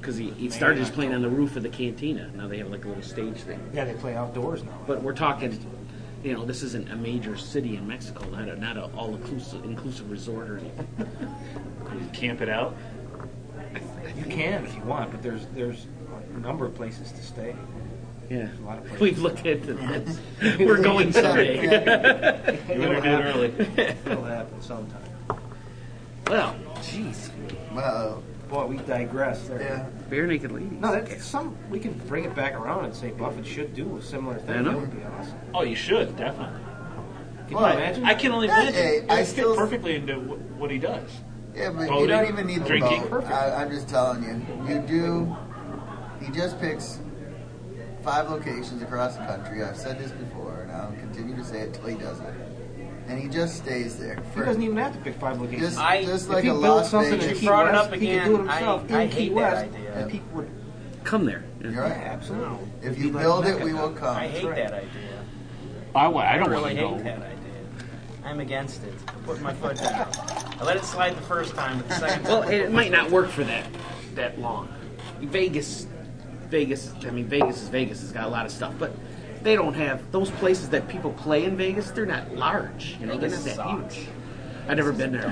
Speaker 1: because he, he started just playing on the roof of the cantina. Now they have like a little stage thing.
Speaker 4: Yeah, they play outdoors now.
Speaker 1: But we're talking, you know, this isn't a major city in Mexico, not a not a all inclusive inclusive resort or anything.
Speaker 5: Camp it out.
Speaker 4: You can if you want, but there's there's a number of places to stay.
Speaker 1: Yeah,
Speaker 4: a lot of places.
Speaker 1: we've looked into this. we're going someday.
Speaker 5: You better do it early.
Speaker 4: It'll happen sometime.
Speaker 1: well, jeez,
Speaker 2: Wow.
Speaker 4: Boy, we digress there.
Speaker 2: Yeah.
Speaker 1: bare naked ladies.
Speaker 4: No, that, that's some we can bring it back around and say Buffett should do a similar thing.
Speaker 1: I know.
Speaker 4: That would be awesome.
Speaker 5: Oh, you should definitely.
Speaker 4: Can
Speaker 2: Well,
Speaker 4: you imagine?
Speaker 5: I can only imagine.
Speaker 2: Hey, I
Speaker 5: It fit
Speaker 2: still-
Speaker 5: perfectly into wh- what he does.
Speaker 2: Yeah, but you
Speaker 5: Voting,
Speaker 2: don't even need the
Speaker 5: drinking.
Speaker 2: vote. I, I'm just telling you. You do. He just picks five locations across the country. I've said this before, and I'll continue to say it till he does it. And he just stays there.
Speaker 4: he
Speaker 2: For,
Speaker 4: doesn't even have to pick five locations.
Speaker 2: just,
Speaker 3: I-
Speaker 2: just
Speaker 4: if
Speaker 2: like
Speaker 4: he
Speaker 2: a
Speaker 4: built
Speaker 2: Las
Speaker 4: something in
Speaker 2: Vegas.
Speaker 4: Key
Speaker 3: You brought it
Speaker 4: West,
Speaker 3: up
Speaker 4: he could do it
Speaker 3: again. I-
Speaker 4: himself in
Speaker 3: I
Speaker 4: Key
Speaker 3: hate that
Speaker 4: West,
Speaker 3: idea.
Speaker 4: and people would
Speaker 1: Come there. Yeah.
Speaker 2: You're
Speaker 4: yeah,
Speaker 2: right.
Speaker 4: absolutely.
Speaker 2: If
Speaker 4: It'd
Speaker 2: you
Speaker 4: be like
Speaker 2: build it,
Speaker 4: Mecca.
Speaker 2: we will come.
Speaker 3: I hate
Speaker 4: right.
Speaker 3: that idea.
Speaker 7: I, wa- I
Speaker 3: I
Speaker 7: don't
Speaker 3: really
Speaker 7: want
Speaker 3: hate
Speaker 7: to go.
Speaker 3: that idea. I'm against it. I'm putting my foot down. I let it slide the first time, but the second time.
Speaker 1: Well, it might not work for that that long. Vegas, Vegas. I mean, Vegas is Vegas. It's got a lot of stuff, but they don't have those places that people play in Vegas. They're not large. You know, they're not that
Speaker 3: Vegas sucks.
Speaker 1: huge. I've never been there.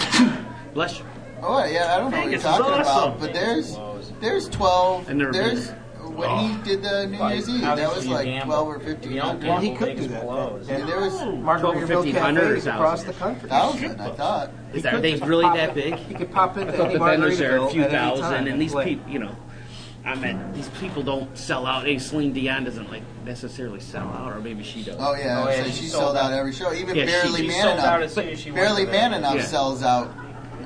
Speaker 1: Bless you.
Speaker 2: Oh yeah, I don't know
Speaker 1: Vegas is
Speaker 2: what you're talking
Speaker 1: awesome.
Speaker 2: about, but there's there's twelve.
Speaker 1: I've never been
Speaker 2: there's
Speaker 1: there.
Speaker 2: when he did the New
Speaker 3: Well,
Speaker 2: Year's Eve, that
Speaker 3: obviously
Speaker 2: was
Speaker 3: you
Speaker 2: like
Speaker 3: gamble.
Speaker 2: twelve or
Speaker 3: If you don't
Speaker 2: fifteen
Speaker 4: Well, he
Speaker 3: gamble,
Speaker 4: could
Speaker 3: Vegas
Speaker 4: do that.
Speaker 3: blows.
Speaker 4: That-
Speaker 2: And there was
Speaker 1: Twelve,
Speaker 4: Margaritaville
Speaker 1: fifteen, hundred
Speaker 4: cafes
Speaker 1: thousand.
Speaker 4: across the country.
Speaker 2: thousand, I thought.
Speaker 1: Is
Speaker 4: He
Speaker 1: that
Speaker 4: could
Speaker 1: they
Speaker 4: just
Speaker 1: really
Speaker 4: pop
Speaker 1: that
Speaker 4: in-
Speaker 1: big?
Speaker 4: He could pop
Speaker 1: I
Speaker 4: into
Speaker 1: thought
Speaker 4: any
Speaker 1: the vendors are a
Speaker 4: Margaritaville
Speaker 1: few
Speaker 4: at any time
Speaker 1: thousand, and these
Speaker 4: play.
Speaker 1: people, you know, I mean, these people don't sell out. Hey, Celine Dion doesn't like necessarily sell out, or maybe she does.
Speaker 2: Oh yeah,
Speaker 3: Oh, yeah,
Speaker 2: so
Speaker 3: she
Speaker 2: she
Speaker 3: sold
Speaker 2: sold out
Speaker 3: out.
Speaker 2: every show. Even
Speaker 1: Yeah, she-
Speaker 2: barely
Speaker 3: she
Speaker 2: man
Speaker 3: sold
Speaker 2: enough.
Speaker 3: out as soon as she went
Speaker 2: barely
Speaker 3: to
Speaker 2: man
Speaker 3: the-
Speaker 2: enough
Speaker 1: Yeah.
Speaker 2: sells out.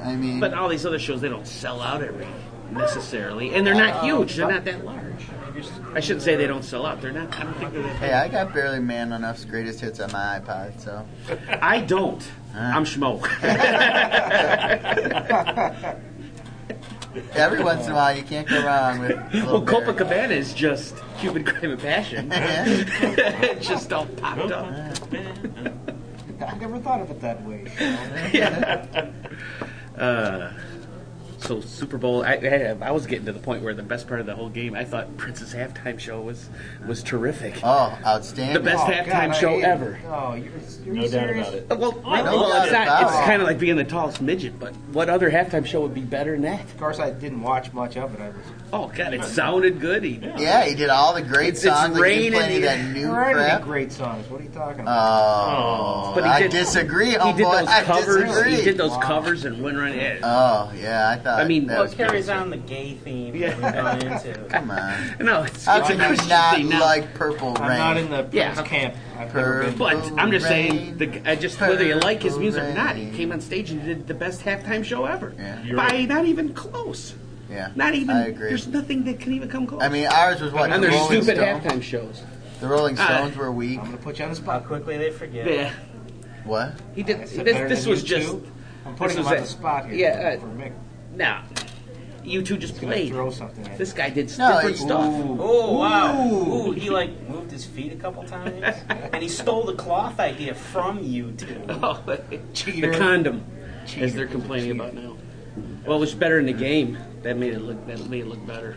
Speaker 2: I mean,
Speaker 1: But all these other shows, they don't sell out every necessarily, and they're not huge. They're not that large. Oh, I shouldn't say they don't sell out. They're not. I don't think they're that.
Speaker 2: hey, I got barely man enough's greatest hits on my iPod. So
Speaker 1: I don't. I'm Schmo.
Speaker 2: every once in a while, you can't go wrong with. a
Speaker 1: well,
Speaker 2: little Barry.
Speaker 1: Copacabana is just Cuban Crime and Passion. it just all popped up.
Speaker 4: I never thought of it that way.
Speaker 1: So Super Bowl, I, I, I was getting to the point where the best part of the whole game, I thought Prince's halftime show was was terrific.
Speaker 2: Oh, outstanding!
Speaker 1: The best
Speaker 4: Oh,
Speaker 1: halftime
Speaker 4: God, I
Speaker 1: show
Speaker 4: hate it.
Speaker 1: ever.
Speaker 4: Oh, you're, you're
Speaker 5: No doubt
Speaker 4: serious?
Speaker 5: about it.
Speaker 1: Uh, Well,
Speaker 5: I
Speaker 1: no,
Speaker 2: know
Speaker 1: well, it's
Speaker 2: that
Speaker 1: not. It's
Speaker 2: about-
Speaker 1: kind of like being the tallest midget. But what other halftime show would be better than that?
Speaker 4: Of course, I didn't watch much of it. I was
Speaker 1: Oh God, it sounded good. He,
Speaker 2: Yeah, he did all the great
Speaker 1: It's- it's
Speaker 2: songs. like, he didn't play any of
Speaker 1: raining.
Speaker 2: that new
Speaker 4: There aren't any
Speaker 2: crap. Uh,
Speaker 4: great songs. What are you talking about?
Speaker 2: Oh,
Speaker 1: But he
Speaker 2: I
Speaker 1: did-
Speaker 2: disagree,
Speaker 1: he did
Speaker 2: homeboy.
Speaker 1: those
Speaker 2: Oh, I
Speaker 1: covers.
Speaker 2: disagree.
Speaker 1: He did those covers and went right in.
Speaker 2: Oh yeah, I thought.
Speaker 1: I mean,
Speaker 2: that
Speaker 1: what
Speaker 2: was
Speaker 3: It carries
Speaker 2: pretty-
Speaker 3: on the gay theme
Speaker 1: Yeah.
Speaker 3: that we've gone into.
Speaker 2: Come on.
Speaker 1: no, it's,
Speaker 2: How
Speaker 1: it's a
Speaker 2: can you
Speaker 1: Christian
Speaker 2: not
Speaker 1: thing now.
Speaker 2: like Purple Rain?
Speaker 4: I'm not in the
Speaker 1: Yeah.
Speaker 4: Prince camp. I've never
Speaker 2: Purple
Speaker 4: been.
Speaker 1: But I'm just saying,
Speaker 2: Rain.
Speaker 1: the, I just whether you like his
Speaker 2: Purple
Speaker 1: music or not, he
Speaker 2: rain.
Speaker 1: came on stage and did the best halftime show ever.
Speaker 2: Yeah.
Speaker 1: By not even close.
Speaker 2: Yeah,
Speaker 1: Not even.
Speaker 2: I agree.
Speaker 1: There's nothing that can even come close.
Speaker 2: I mean, ours was what
Speaker 1: and
Speaker 2: the
Speaker 1: their
Speaker 2: Rolling
Speaker 1: stupid
Speaker 2: Stones.
Speaker 1: halftime shows.
Speaker 2: The Rolling
Speaker 1: Ah.
Speaker 2: Stones were weak.
Speaker 4: I'm going to put you on the
Speaker 3: How
Speaker 4: spot.
Speaker 3: quickly they forget.
Speaker 1: Yeah,
Speaker 2: What?
Speaker 1: he did.
Speaker 4: I
Speaker 1: This,
Speaker 4: said better
Speaker 1: this
Speaker 4: than
Speaker 1: was
Speaker 4: you
Speaker 1: just
Speaker 4: two. I'm
Speaker 1: this
Speaker 4: putting him
Speaker 1: was
Speaker 4: on
Speaker 1: it.
Speaker 4: the spot here.
Speaker 1: Yeah, uh,
Speaker 4: for Mick.
Speaker 1: now. You two just
Speaker 4: He's gonna
Speaker 1: played.
Speaker 4: throw something. At
Speaker 1: This guy did
Speaker 2: No,
Speaker 1: different
Speaker 2: it-
Speaker 1: stuff.
Speaker 3: Oh wow! Ooh. he like moved his feet a couple times, and he stole the cloth idea from you too.
Speaker 1: Oh,
Speaker 4: Cheater.
Speaker 1: The condom, as they're complaining about now. Well, it was better in the game. That made it look. That made it look better.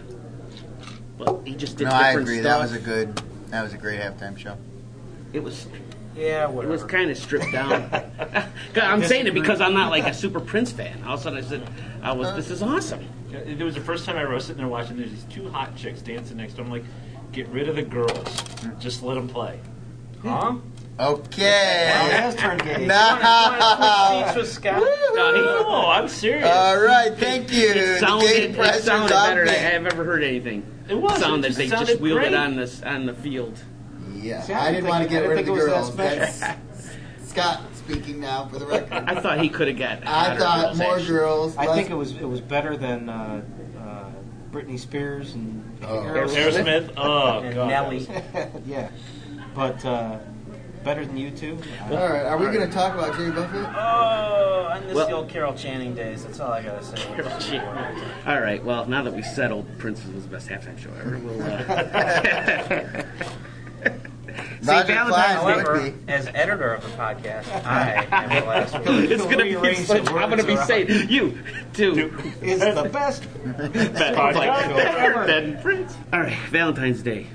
Speaker 1: But he just did
Speaker 2: No, I
Speaker 1: different
Speaker 2: agree.
Speaker 1: stuff.
Speaker 2: That was a good. That was a great halftime show.
Speaker 1: it was.
Speaker 3: Yeah,
Speaker 1: It
Speaker 3: whatever.
Speaker 1: was kind of stripped down. 'Cause I'm saying it because I'm not like a super Prince fan. All of a sudden, I said, "I was. This is awesome."
Speaker 5: Yeah, It was the first time I was sitting there watching. There's these two hot chicks dancing next to him. I'm like, get rid of the girls. Just let them play.
Speaker 3: huh?
Speaker 4: Well, it
Speaker 2: Okay.
Speaker 4: has turned gay.
Speaker 2: No.
Speaker 3: Wanna switch seats with Scott?
Speaker 1: No,
Speaker 5: No, I'm serious.
Speaker 2: All right. Thank you.
Speaker 1: Uh, it, it
Speaker 2: Uh, the gate
Speaker 1: sounded. It
Speaker 2: pressure's
Speaker 1: sounded
Speaker 2: on
Speaker 1: better. than I have
Speaker 2: me.
Speaker 1: ever heard anything.
Speaker 5: It was. It
Speaker 1: sounded.
Speaker 5: just
Speaker 1: they
Speaker 5: sounded
Speaker 1: just wheeled
Speaker 5: great.
Speaker 1: it on this on the field.
Speaker 2: Yeah,
Speaker 4: See, I
Speaker 2: I didn't
Speaker 4: didn't
Speaker 2: want to
Speaker 4: think-
Speaker 2: get
Speaker 4: I
Speaker 2: rid of
Speaker 4: didn't
Speaker 2: the
Speaker 4: think it
Speaker 2: girls.
Speaker 4: was that special.
Speaker 2: That's Scott speaking now for the record.
Speaker 1: I thought he could have got.
Speaker 2: I
Speaker 1: hotter
Speaker 2: thought
Speaker 1: girls,
Speaker 2: more
Speaker 1: actually.
Speaker 2: girls.
Speaker 4: I
Speaker 2: less-
Speaker 4: think it was it was better than uh, uh, Britney Spears and
Speaker 2: Oh.
Speaker 5: Aerosmith.
Speaker 4: Aerosmith.
Speaker 5: Oh
Speaker 3: And
Speaker 5: god.
Speaker 3: Nelly.
Speaker 4: yeah, but uh, better than you two.
Speaker 2: All right. Are we going to talk about Jimmy Buffett?
Speaker 3: Oh, I miss
Speaker 1: Well-
Speaker 3: the old Carol Channing days. That's all I gotta say.
Speaker 1: Carol Channing. All right. Well, now that we settled, Prince was the best halftime show ever. We'll, uh, St.
Speaker 2: Roger
Speaker 1: Valentine's
Speaker 2: Klein
Speaker 1: Day.
Speaker 2: would
Speaker 3: However,
Speaker 2: be.
Speaker 3: as editor of the podcast, I am the last word.
Speaker 1: It's gonna be
Speaker 8: Rearrange
Speaker 1: such.
Speaker 8: the
Speaker 1: I'm gonna be
Speaker 8: words
Speaker 1: saying you too.
Speaker 8: Is the best
Speaker 1: Better than Prince. All right, Valentine's Day.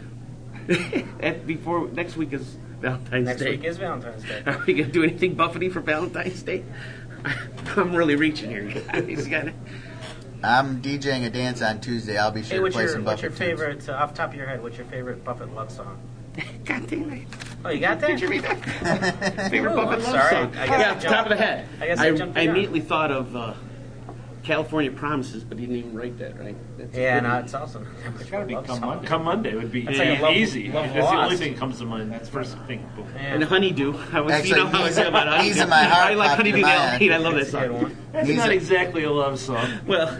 Speaker 1: At before next week is Valentine's
Speaker 3: Next
Speaker 1: Day.
Speaker 3: week is Valentine's Day.
Speaker 1: Are we gonna do anything buffety for Valentine's Day? I'm really reaching here, guys. You gotta-
Speaker 2: I'm DJing a dance on Tuesday. I'll be sure
Speaker 3: Hey,
Speaker 2: to
Speaker 3: what's
Speaker 2: play
Speaker 3: your
Speaker 2: some
Speaker 3: what's your
Speaker 2: Buffett tunes.
Speaker 3: favorite uh, off the top of your head? What's your favorite Buffett love song?
Speaker 1: God dang it!
Speaker 3: Oh, you got that?
Speaker 1: Did you read that? Favorite
Speaker 3: Ooh,
Speaker 1: Buffett love
Speaker 3: I'm sorry.
Speaker 1: song.
Speaker 3: I guess I
Speaker 1: yeah, off the top of
Speaker 3: jumped-
Speaker 1: the head.
Speaker 3: I guess I jumped the gun.
Speaker 1: immediately thought of uh, California Promises, but he didn't even write that, right? That's a
Speaker 3: Yeah,
Speaker 1: good
Speaker 3: no,
Speaker 1: one.
Speaker 3: it's awesome.
Speaker 4: It's gotta be
Speaker 3: Love
Speaker 4: come
Speaker 3: song.
Speaker 4: Monday.
Speaker 6: Come Monday would be
Speaker 3: That's like a love-
Speaker 6: easy.
Speaker 3: love
Speaker 6: That's the only
Speaker 3: lost.
Speaker 6: thing that comes to mind. That's first thing. Boom.
Speaker 3: Yeah.
Speaker 1: And Honeydew. I was,
Speaker 2: Actually,
Speaker 1: you know, how I was
Speaker 2: these-
Speaker 1: about Honeydew.
Speaker 2: these are my heart
Speaker 1: I like
Speaker 2: popped
Speaker 1: Honeydew
Speaker 2: in my
Speaker 1: Down
Speaker 2: head.
Speaker 1: Heat. I love that
Speaker 3: That's a good
Speaker 1: song.
Speaker 3: one.
Speaker 6: That's
Speaker 2: These
Speaker 6: not
Speaker 2: are-
Speaker 6: exactly a love song.
Speaker 1: Well,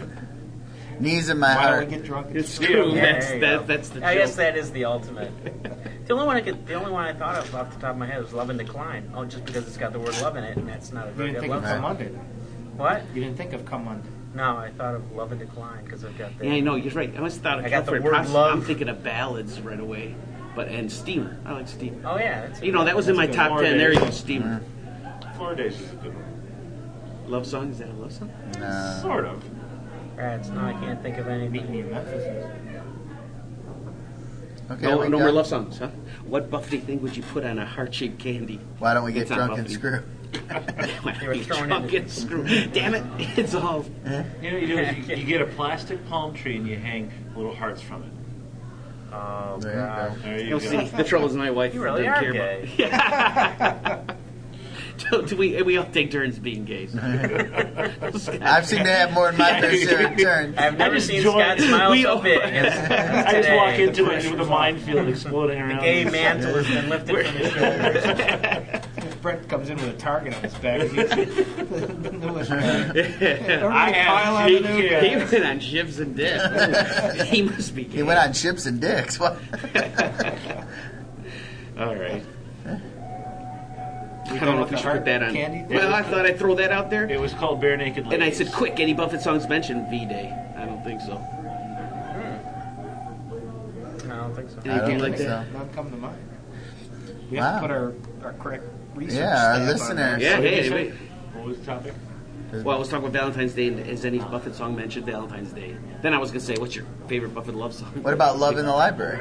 Speaker 2: Knees in my
Speaker 4: Why don't
Speaker 2: heart.
Speaker 4: we get drunk? and
Speaker 1: it's
Speaker 4: sing?
Speaker 1: true.
Speaker 3: Yeah,
Speaker 1: that's,
Speaker 3: there you
Speaker 1: that,
Speaker 3: go.
Speaker 1: that's the
Speaker 3: I guess
Speaker 1: joke.
Speaker 3: that is the ultimate. The only one I could, the only one I thought of off the top of my head was "Love and Decline." Oh, just because it's got the word "love" in it, and that's not a
Speaker 4: You
Speaker 3: very
Speaker 4: didn't
Speaker 3: good
Speaker 4: think of
Speaker 3: love
Speaker 2: Right.
Speaker 4: come
Speaker 3: song.
Speaker 4: Monday. Then.
Speaker 3: What?
Speaker 4: You didn't think of come Monday.
Speaker 3: No, I thought of "Love and Decline" because I've got the.
Speaker 1: Yeah, I know. You're right. I always thought of
Speaker 3: I got the
Speaker 1: California
Speaker 3: word
Speaker 1: Promises.
Speaker 3: love.
Speaker 1: I'm thinking of ballads right away. But And Steamer. I like Steamer.
Speaker 3: Oh yeah, that's a Mm.
Speaker 1: You know, that was in my
Speaker 6: good.
Speaker 1: top
Speaker 6: More
Speaker 1: ten. There you
Speaker 6: days.
Speaker 1: go, Steamer.
Speaker 6: Four days is a good one.
Speaker 1: Love song? Is that a love song? Uh,
Speaker 2: No.
Speaker 6: Sort of.
Speaker 3: Rats. No, I can't think of
Speaker 4: Meet
Speaker 3: anything.
Speaker 4: me in Memphis.
Speaker 2: Okay,
Speaker 1: No,
Speaker 2: we
Speaker 1: no more
Speaker 2: done?
Speaker 1: love songs, huh? What buffety thing would you put on a heart-shaped candy?
Speaker 2: Why don't we get
Speaker 1: It's not
Speaker 2: drunk and
Speaker 1: buffety.
Speaker 2: screw?
Speaker 1: Why
Speaker 3: You were
Speaker 1: are you
Speaker 3: throwing
Speaker 1: drunk
Speaker 3: in-
Speaker 1: and screw? Damn it! It's all
Speaker 6: You know, what you, do is you, you get a plastic palm tree and you hang little hearts from it.
Speaker 3: Oh
Speaker 2: There you
Speaker 3: god.
Speaker 2: go.
Speaker 6: There you
Speaker 1: You'll
Speaker 6: go.
Speaker 1: see. The trouble is, my wife
Speaker 3: You really
Speaker 1: doesn't
Speaker 3: are
Speaker 1: care
Speaker 3: gay.
Speaker 1: about. Do we we all take turns being gays.
Speaker 2: I've seen to have more than my fair share of turns.
Speaker 3: I've never
Speaker 6: just
Speaker 3: seen
Speaker 6: joined-
Speaker 3: Scott smile
Speaker 1: we
Speaker 3: so
Speaker 1: all-
Speaker 3: big. As, as
Speaker 6: I just
Speaker 3: today.
Speaker 6: walk into it with a minefield exploding around.
Speaker 3: Gay
Speaker 6: me.
Speaker 3: mantle has been lifted from his shoulders.
Speaker 4: Brett comes in with a target on his back. He's-
Speaker 1: I
Speaker 4: pile
Speaker 1: have.
Speaker 4: on the
Speaker 1: He,
Speaker 4: new
Speaker 1: he went on shivs and dicks. he must be gay.
Speaker 2: He went on chips and dicks. What?
Speaker 1: All right. I
Speaker 4: We
Speaker 1: don't
Speaker 4: done
Speaker 1: know
Speaker 4: with
Speaker 1: if we
Speaker 4: the
Speaker 1: should put
Speaker 4: hard
Speaker 1: that on.
Speaker 4: candy?
Speaker 1: Well, I thought I'd throw that out there.
Speaker 6: It was called Bare Naked Ladies.
Speaker 1: And I said, quick, any Buffett songs mentioned V Day? I don't think so.
Speaker 3: I don't think so.
Speaker 2: I don't
Speaker 1: Anything like
Speaker 2: think so.
Speaker 1: that?
Speaker 4: None come to mind. We
Speaker 2: Wow.
Speaker 4: have to put our, our correct research.
Speaker 2: Yeah, our
Speaker 4: stamp on
Speaker 2: listeners.
Speaker 4: that.
Speaker 1: Yeah,
Speaker 6: What did you
Speaker 1: hey,
Speaker 6: say?
Speaker 1: wait. Oh,
Speaker 6: What was the topic?
Speaker 1: Well, I was talking about Valentine's Day, and is any Buffett song mentioned Valentine's Day? Then I was going to say, what's your favorite Buffett love song?
Speaker 2: What about Love in the Library?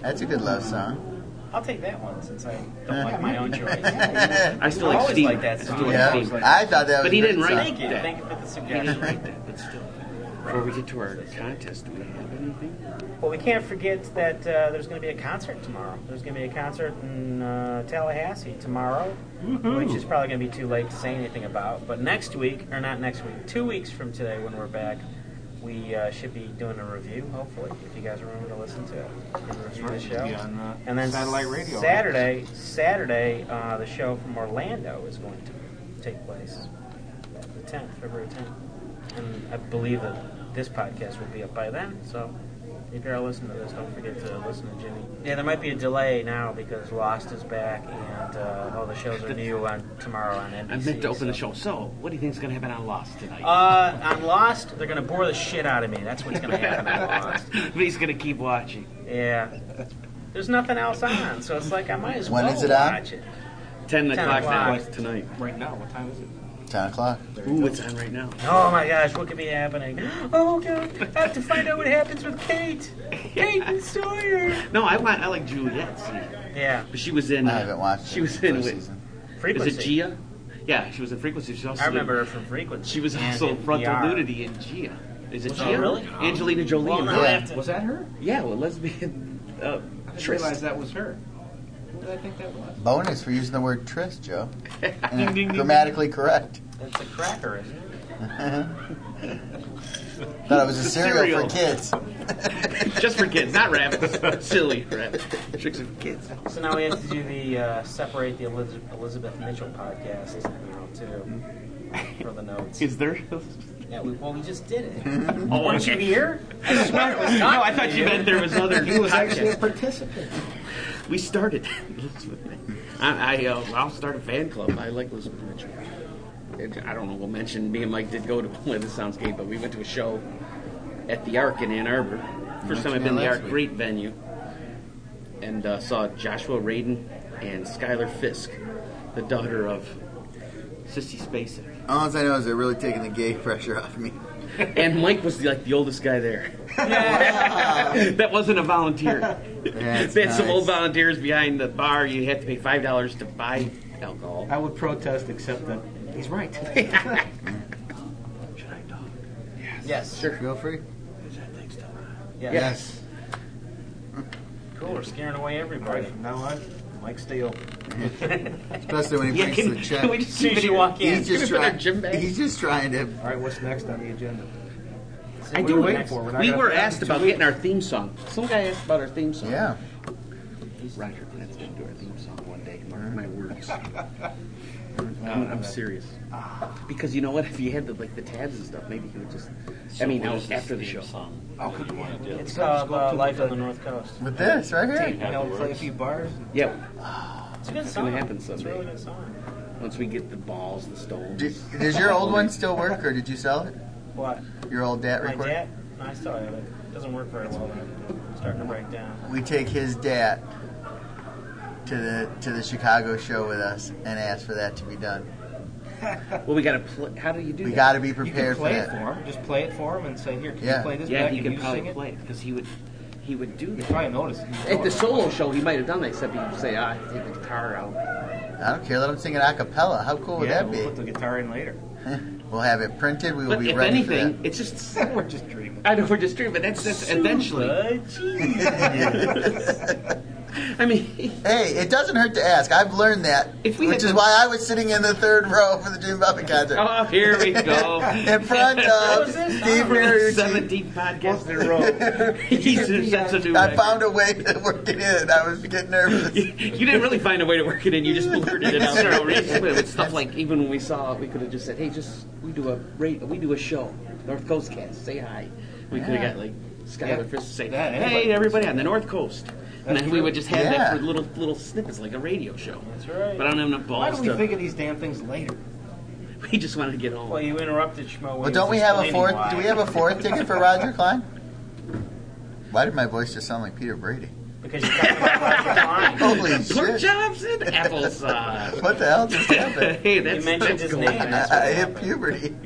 Speaker 2: That's a good love song.
Speaker 3: I'll take that one since I don't like my own choice.
Speaker 1: I still
Speaker 3: I
Speaker 1: like
Speaker 3: always
Speaker 1: Steve.
Speaker 3: like that
Speaker 1: I
Speaker 3: song.
Speaker 1: still like
Speaker 2: Yeah,
Speaker 1: Steve.
Speaker 2: I thought that was.
Speaker 1: But he
Speaker 2: a great
Speaker 1: didn't write
Speaker 2: song.
Speaker 3: Thank you. Thank you for the
Speaker 1: He didn't
Speaker 3: suggestion.
Speaker 1: write that, but still. Before we get to our contest, do we have anything?
Speaker 3: Well, we can't forget that uh, there's going to be a concert tomorrow. There's going to be a concert in uh, Tallahassee tomorrow, which is probably going to be too late to say anything about. But next week, or not next week, two weeks from today when we're back, we uh, should be doing a review, hopefully, if you guys remember to listen to it. And review the
Speaker 4: right.
Speaker 3: show.
Speaker 4: Be on, uh,
Speaker 3: and then
Speaker 4: satellite radio.
Speaker 3: Saturday, Saturday, uh, the show from Orlando is going to take place. The 10th, February 10th. And I believe that this podcast will be up by then, so if you're listening to this, don't forget to listen to Jimmy. Yeah, there might be a delay now because Lost is back and uh, all the shows are new on tomorrow on NBC.
Speaker 1: I meant to open the
Speaker 3: so-
Speaker 1: show. So, what do you think is going to happen on Lost tonight?
Speaker 3: Uh, I'm Lost. They're going to bore the shit out of me. That's what's going to happen on Lost.
Speaker 1: but he's going to keep watching.
Speaker 3: Yeah. There's nothing else on, so it's like I might as
Speaker 2: When
Speaker 3: well
Speaker 2: is it on?
Speaker 3: watch it.
Speaker 1: 10 o'clock now.
Speaker 3: o'clock.
Speaker 1: Tonight.
Speaker 4: Right now, what time is it?
Speaker 2: Ten o'clock.
Speaker 1: Ooh, it's on right now.
Speaker 3: Oh my gosh, what could be happening? Oh god, I have to find out what happens with Kate. Kate and Sawyer.
Speaker 1: No, I want. I like Juliet. see.
Speaker 3: Yeah,
Speaker 1: But she was in.
Speaker 2: I
Speaker 1: uh,
Speaker 2: haven't watched.
Speaker 1: She
Speaker 2: it
Speaker 1: was
Speaker 2: for
Speaker 1: in.
Speaker 2: a
Speaker 1: With,
Speaker 2: season.
Speaker 1: is
Speaker 3: frequency.
Speaker 1: it Gia? Yeah, she was in Frequency. She also
Speaker 3: I remember her from Frequency.
Speaker 1: She was
Speaker 3: and
Speaker 1: also
Speaker 3: in
Speaker 1: frontal
Speaker 3: ER.
Speaker 1: nudity in Gia. Is it
Speaker 3: Was
Speaker 1: Gia?
Speaker 3: she really?
Speaker 1: Angelina Jolie.
Speaker 3: Well,
Speaker 1: and
Speaker 3: now I
Speaker 1: her.
Speaker 3: have to.
Speaker 4: Was that her?
Speaker 1: yeah, well, lesbian. Uh,
Speaker 4: I just
Speaker 1: tryst.
Speaker 4: realized that was her. Who did I think that was?
Speaker 2: Bonus for using the word tryst, Joe. And
Speaker 1: Ding, ding, ding.
Speaker 2: grammatically correct.
Speaker 3: It's a cracker, isn't it?
Speaker 2: Thought it was a
Speaker 1: It's cereal.
Speaker 2: cereal, for kids.
Speaker 1: Just for kids, not rabbits. Silly rabbits. Tricks for kids.
Speaker 3: So now we have to do the uh, separate the Eliz- Elizabeth Mitchell podcast now too for the notes.
Speaker 1: Is there?
Speaker 3: Yeah, we, well we just did it.
Speaker 1: Oh,
Speaker 3: Weren't you here? I swear it was
Speaker 1: No,
Speaker 3: not
Speaker 1: I thought you meant there was other.
Speaker 4: He was actually a
Speaker 1: podcasts.
Speaker 4: participant.
Speaker 1: We started. Elizabeth Mitchell. I, I uh, I'll start a fan club. I like Elizabeth Mitchell. And I don't know. We'll mention me and Mike did go to. Well, this sounds gay, but we went to a show at the Arc in Ann Arbor. First time I've been to the
Speaker 2: that last
Speaker 1: Arc.
Speaker 2: week.
Speaker 1: Great venue. and uh, saw Joshua Radin and Skylar Fisk, the daughter of Sissy Spacek.
Speaker 2: All I know is they're really taking the gay pressure off me.
Speaker 1: And Mike was like the oldest guy there. that wasn't a volunteer.
Speaker 2: That's
Speaker 1: they had some
Speaker 2: nice.
Speaker 1: old volunteers behind the bar. You had to pay five dollars to buy alcohol.
Speaker 3: I would protest, except that he's right.
Speaker 2: Yes. Sure. Feel free.
Speaker 3: Yeah.
Speaker 2: Yes.
Speaker 7: Cool, we're scaring away everybody.
Speaker 4: From now on, Mike, stay open.
Speaker 2: Especially when he brings the check.
Speaker 7: we just see you walk in?
Speaker 2: he's just
Speaker 1: Give me better
Speaker 2: trying.
Speaker 1: gym bag.
Speaker 2: He's just trying to.
Speaker 4: All right, what's next on the agenda?
Speaker 1: I
Speaker 4: What are
Speaker 1: do
Speaker 4: we waiting for? We're not
Speaker 1: We
Speaker 4: gonna
Speaker 1: were
Speaker 4: have
Speaker 1: asked
Speaker 4: two
Speaker 1: about
Speaker 4: weeks.
Speaker 1: getting our theme song. Some guy asked about our theme song.
Speaker 2: Yeah.
Speaker 1: Roger, that's gonna do our theme song one day. Mark my words.
Speaker 4: no,
Speaker 1: I'm, I'm
Speaker 4: that's-
Speaker 1: serious. Because you know what? If you had the like the tabs and stuff, maybe he would just. I mean,
Speaker 5: what
Speaker 1: out-
Speaker 5: is this
Speaker 1: after the
Speaker 5: theme
Speaker 1: show. Oh,
Speaker 5: Song that you want to do.
Speaker 7: It's called uh, Life on the North Coast.
Speaker 2: With this right here.
Speaker 5: Have
Speaker 4: You know,
Speaker 5: the
Speaker 4: play a
Speaker 5: words.
Speaker 4: few bars.
Speaker 1: Yeah,
Speaker 7: It's a good
Speaker 1: gonna
Speaker 7: song.
Speaker 1: happen
Speaker 7: It's a
Speaker 1: someday.
Speaker 7: really good song.
Speaker 1: once we get the balls, the stones.
Speaker 2: Did, does your old one still work, or did you sell it?
Speaker 7: What?
Speaker 2: Your old dat
Speaker 7: My
Speaker 2: recorder.
Speaker 7: dad? No, I still have it. It doesn't work very well. It's starting to break down.
Speaker 2: We take his dat to the to the Chicago show with us and ask for that to be done.
Speaker 1: Well, we gotta. Pl- how do you do
Speaker 2: We
Speaker 1: that?
Speaker 2: got to be
Speaker 4: You can
Speaker 2: prepared for
Speaker 4: play it for
Speaker 2: that.
Speaker 4: him. Just play it for him and say, here, can
Speaker 2: Yeah.
Speaker 4: you play this
Speaker 1: yeah,
Speaker 4: back
Speaker 1: he
Speaker 4: and
Speaker 1: could
Speaker 4: you
Speaker 1: probably
Speaker 4: sing it?
Speaker 1: play it because he would. He would do
Speaker 4: You
Speaker 1: that.
Speaker 4: probably notice. it.
Speaker 1: At the solo show, he might have done that, except he would say, "Ah, I take the guitar out."
Speaker 2: I don't care. Let him sing it a cappella. How cool would
Speaker 4: yeah,
Speaker 2: that
Speaker 4: we'll put
Speaker 2: be?
Speaker 4: the guitar in later.
Speaker 2: We'll have it printed. We will
Speaker 1: But
Speaker 2: be
Speaker 1: if
Speaker 2: ready
Speaker 1: anything,
Speaker 2: for
Speaker 1: it's just.
Speaker 4: We're just dreaming.
Speaker 1: I know we're just dreaming, but that's, that's eventually. I mean,
Speaker 2: that. Hey, it doesn't hurt to ask. I've learned that,
Speaker 1: If we
Speaker 2: which
Speaker 1: had
Speaker 2: is
Speaker 1: the-
Speaker 2: why I was sitting in the third row for the Jimmy Buffett concert.
Speaker 1: oh, here we go.
Speaker 2: in front of Steve Mariucci.
Speaker 1: 17 podcasts in a row. Jesus, that's a new
Speaker 2: I
Speaker 1: record.
Speaker 2: found a way to work it in. I was getting nervous.
Speaker 1: you didn't really find a way to work it in. You just blurted it out for no reason. But it's stuff like even when we saw it, we could have just said, "Hey, just we do a rate, we do a show, North Coast Cast, say hi." We could have got like Skylar
Speaker 4: Yeah.
Speaker 1: Fisk to say,
Speaker 4: That,
Speaker 1: "Hey,
Speaker 4: anybody.
Speaker 1: everybody on the North Coast," and
Speaker 4: That's
Speaker 1: then we
Speaker 4: true.
Speaker 1: would just have
Speaker 2: Yeah.
Speaker 1: that for little little snippets like a radio show.
Speaker 7: That's right.
Speaker 1: But I don't have enough
Speaker 4: Why
Speaker 1: balls
Speaker 4: do we
Speaker 1: to.
Speaker 4: think of these damn things later?
Speaker 1: we just wanted to get home.
Speaker 7: Well, you interrupted Schmo.
Speaker 2: Well, don't we have a fourth? Do we have a fourth ticket for Roger Klein? Why did my voice just sound like Peter Brady?
Speaker 7: Because you're talking about Roger Klein.
Speaker 2: Holy
Speaker 1: Pork
Speaker 2: shit!
Speaker 1: chops and applesauce.
Speaker 2: What the hell just happened?
Speaker 1: hey, that's
Speaker 7: You mentioned
Speaker 1: that's
Speaker 7: his
Speaker 1: going
Speaker 7: name.
Speaker 1: back.
Speaker 7: That's
Speaker 2: I
Speaker 7: what
Speaker 2: hit
Speaker 7: happened.
Speaker 2: puberty.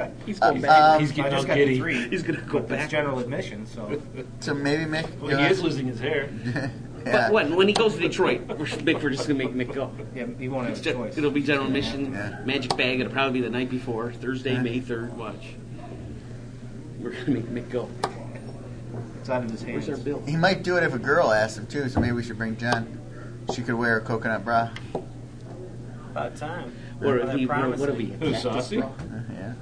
Speaker 1: Oh, He's going
Speaker 2: Um,
Speaker 1: back.
Speaker 2: um,
Speaker 5: He's
Speaker 4: I
Speaker 5: getting all
Speaker 4: just got
Speaker 5: giddy.
Speaker 4: the three.
Speaker 1: He's gonna go
Speaker 4: That's
Speaker 1: back.
Speaker 4: general admission, so
Speaker 2: So maybe Mick.
Speaker 5: Well, he is losing his hair.
Speaker 2: Yeah.
Speaker 1: But when when he goes to Detroit, we're, Mick, we're just gonna make Mick go.
Speaker 4: yeah, you won't have
Speaker 1: Ju-
Speaker 4: a choice.
Speaker 1: It'll be General Mission,
Speaker 2: Yeah.
Speaker 1: Magic Bag. It'll probably be the night before, Thursday, May 3rd. Watch. We're going to make Mick go.
Speaker 4: It's out of his hands.
Speaker 1: Where's our bill?
Speaker 2: He might do it if a girl asks him too. So maybe we should bring Jen. She could wear a coconut bra.
Speaker 7: About time.
Speaker 1: Or
Speaker 7: Well,
Speaker 1: if he,
Speaker 7: they're
Speaker 1: what, what are
Speaker 7: promising.
Speaker 1: we?
Speaker 5: Who's saucy?
Speaker 2: Uh,
Speaker 6: Oh,
Speaker 2: Yeah.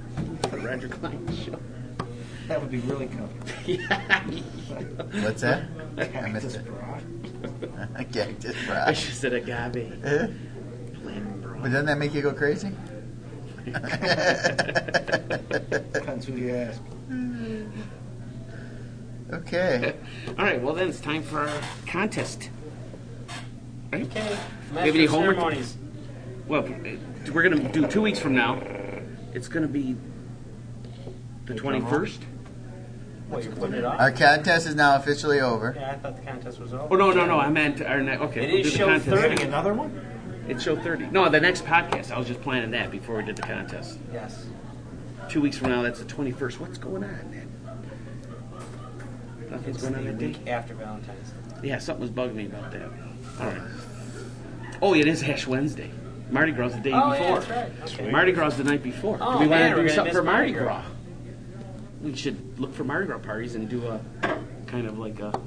Speaker 1: The Roger Klein show.
Speaker 4: That would be really comfortable.
Speaker 2: What's that? I missed
Speaker 4: Cactus
Speaker 2: it.
Speaker 4: bra.
Speaker 2: A cactus
Speaker 1: I
Speaker 2: bra.
Speaker 1: should have said agave.
Speaker 2: Eh?
Speaker 1: Plain broth.
Speaker 2: But doesn't that make you go crazy?
Speaker 4: Depends who you ask.
Speaker 2: okay.
Speaker 1: All right, well, then it's time for our contest.
Speaker 7: Okay.
Speaker 1: have any
Speaker 7: Master
Speaker 1: homework?
Speaker 7: ceremonies.
Speaker 1: Well, we're going to do two weeks from now. It's going to be the 21st.
Speaker 7: What, you're putting it off?
Speaker 2: Our contest is now officially over.
Speaker 7: Yeah, I thought the contest was
Speaker 1: Oh,
Speaker 7: over.
Speaker 1: no, no, no. I meant our next. Okay.
Speaker 7: It
Speaker 1: we'll
Speaker 7: is
Speaker 1: do the
Speaker 7: show
Speaker 1: contest.
Speaker 7: 30.
Speaker 4: Another one?
Speaker 1: It's show 30. No, the next podcast. I was just planning that before we did the contest.
Speaker 7: Yes.
Speaker 1: Two weeks from now, that's the 21st. What's going on, man? Nothing's
Speaker 7: It's
Speaker 1: going on
Speaker 7: the
Speaker 1: that day?
Speaker 7: week after Valentine's Day.
Speaker 1: Yeah, something was bugging me about that. All right. Oh, it is Ash Wednesday. Mardi Gras is the day
Speaker 7: Oh, yeah,
Speaker 1: before.
Speaker 7: that's right. Okay.
Speaker 1: Mardi Gras is the night before.
Speaker 7: Oh,
Speaker 1: we
Speaker 7: man,
Speaker 1: want
Speaker 7: we're
Speaker 1: to
Speaker 7: gonna
Speaker 1: do something
Speaker 7: miss
Speaker 1: for Mardi
Speaker 7: Mardi
Speaker 1: Gras. We should look for Mardi Gras parties and do a kind of like a.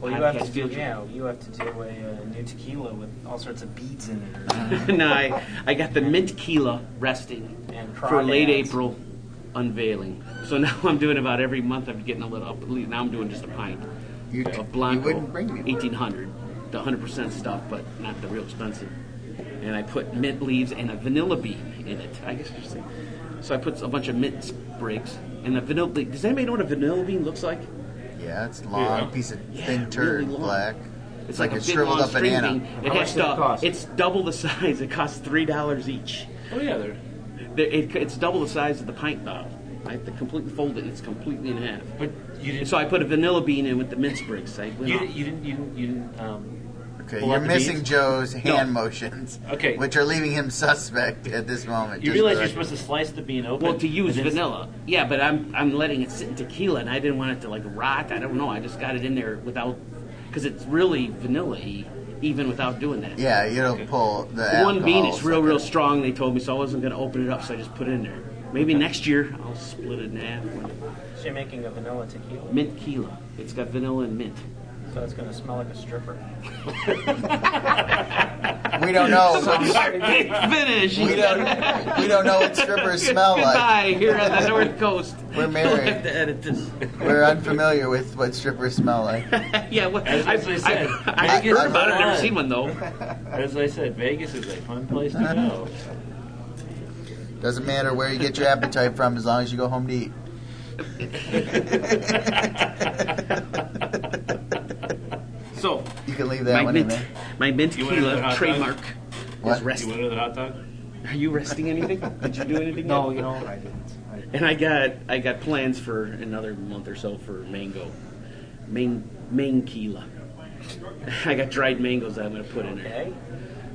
Speaker 7: Well, you have
Speaker 1: podcast
Speaker 7: to do,
Speaker 1: field trip.
Speaker 7: yeah, you have to do a uh, new tequila with all sorts of beads in it
Speaker 1: no, I, I got the mint tequila resting
Speaker 7: and
Speaker 1: for late
Speaker 7: crawdads.
Speaker 1: April unveiling. So now I'm doing about every month. I'm getting a little up. Now I'm doing just a pint
Speaker 2: You, you
Speaker 1: of Blanco,
Speaker 2: wouldn't bring me. one.
Speaker 1: 1800, the 100 percent stuff, but not the real expensive. And I put mint leaves and a vanilla bean in it. I guess you should say. So I put a bunch of mint sprigs and a vanilla. bean. Does anybody know what a vanilla bean looks like?
Speaker 2: Yeah, it's a long
Speaker 5: Yeah.
Speaker 2: piece of
Speaker 1: Yeah,
Speaker 2: thin turd,
Speaker 1: really long.
Speaker 2: black.
Speaker 1: It's like,
Speaker 2: Like
Speaker 1: a
Speaker 2: a
Speaker 1: big
Speaker 2: shriveled
Speaker 1: long
Speaker 2: up
Speaker 1: string
Speaker 2: banana.
Speaker 1: bean. It
Speaker 4: How much
Speaker 1: has
Speaker 4: did it
Speaker 1: to-
Speaker 4: cost?
Speaker 1: It's double the size. It costs three dollars each.
Speaker 5: Oh yeah, they're
Speaker 1: There- It, it's double the size of the pint bottle. I have to completely fold it. It's completely in half.
Speaker 9: But you didn't.
Speaker 1: And so I put a vanilla bean in with the mince bricks. I went
Speaker 9: you,
Speaker 1: off.
Speaker 9: didn't- you didn't. You didn't. You didn't. Um,
Speaker 2: Okay,
Speaker 9: Pull
Speaker 2: you're
Speaker 9: out the
Speaker 2: missing
Speaker 9: beans?
Speaker 2: Joe's hand motions.
Speaker 9: Okay.
Speaker 2: Which are leaving him suspect at this moment.
Speaker 9: you
Speaker 2: just
Speaker 9: realize
Speaker 2: for
Speaker 9: you're
Speaker 2: the record.
Speaker 9: supposed to slice the bean open.
Speaker 1: well, to use
Speaker 9: and then-
Speaker 1: vanilla. Yeah, but I'm I'm letting it sit in tequila, and I didn't want it to like rot. I don't know. I just got it in there without, because it's really vanilla-y, even without doing that.
Speaker 2: Yeah, you don't pull the.
Speaker 1: The one bean
Speaker 2: alcohol,
Speaker 1: is real,
Speaker 2: so-
Speaker 1: real strong. They told me, so I wasn't going to open it up, so I just put it in there. Maybe next year I'll split it in half. with
Speaker 3: So you're making a vanilla tequila,
Speaker 1: Mint Keela. It's got vanilla and mint.
Speaker 3: so it's going to smell like a stripper.
Speaker 2: We don't know.
Speaker 1: Finish.
Speaker 2: we don't. We don't know what strippers smell like.
Speaker 1: Goodbye here on the North Coast. You'll
Speaker 2: We're
Speaker 1: have
Speaker 2: married.
Speaker 1: to edit this.
Speaker 2: We're unfamiliar with what strippers smell like.
Speaker 1: yeah, well,
Speaker 9: As
Speaker 1: I've,
Speaker 9: I
Speaker 1: I've,
Speaker 9: said,
Speaker 1: I've
Speaker 9: Vegas
Speaker 1: heard about it. I've never
Speaker 9: is
Speaker 1: seen one though.
Speaker 9: As I said, Vegas is a fun place to go.
Speaker 2: Doesn't matter where you get your appetite from, as long as you go home to eat.
Speaker 1: So
Speaker 2: You can leave that
Speaker 1: my
Speaker 2: one in
Speaker 1: mint,
Speaker 2: there.
Speaker 1: my mint
Speaker 9: You wanna know how
Speaker 1: Keela
Speaker 9: it
Speaker 1: trademark
Speaker 2: What?
Speaker 1: is
Speaker 9: You
Speaker 1: resting.
Speaker 9: went to the hot dog.
Speaker 1: Are you resting anything? Did you do anything?
Speaker 4: No,
Speaker 1: yet?
Speaker 4: you know, I didn't. I,
Speaker 1: And I got I got plans for another month or so for mango, main main keela. I got dried mangoes that I'm gonna put in there.
Speaker 3: Okay,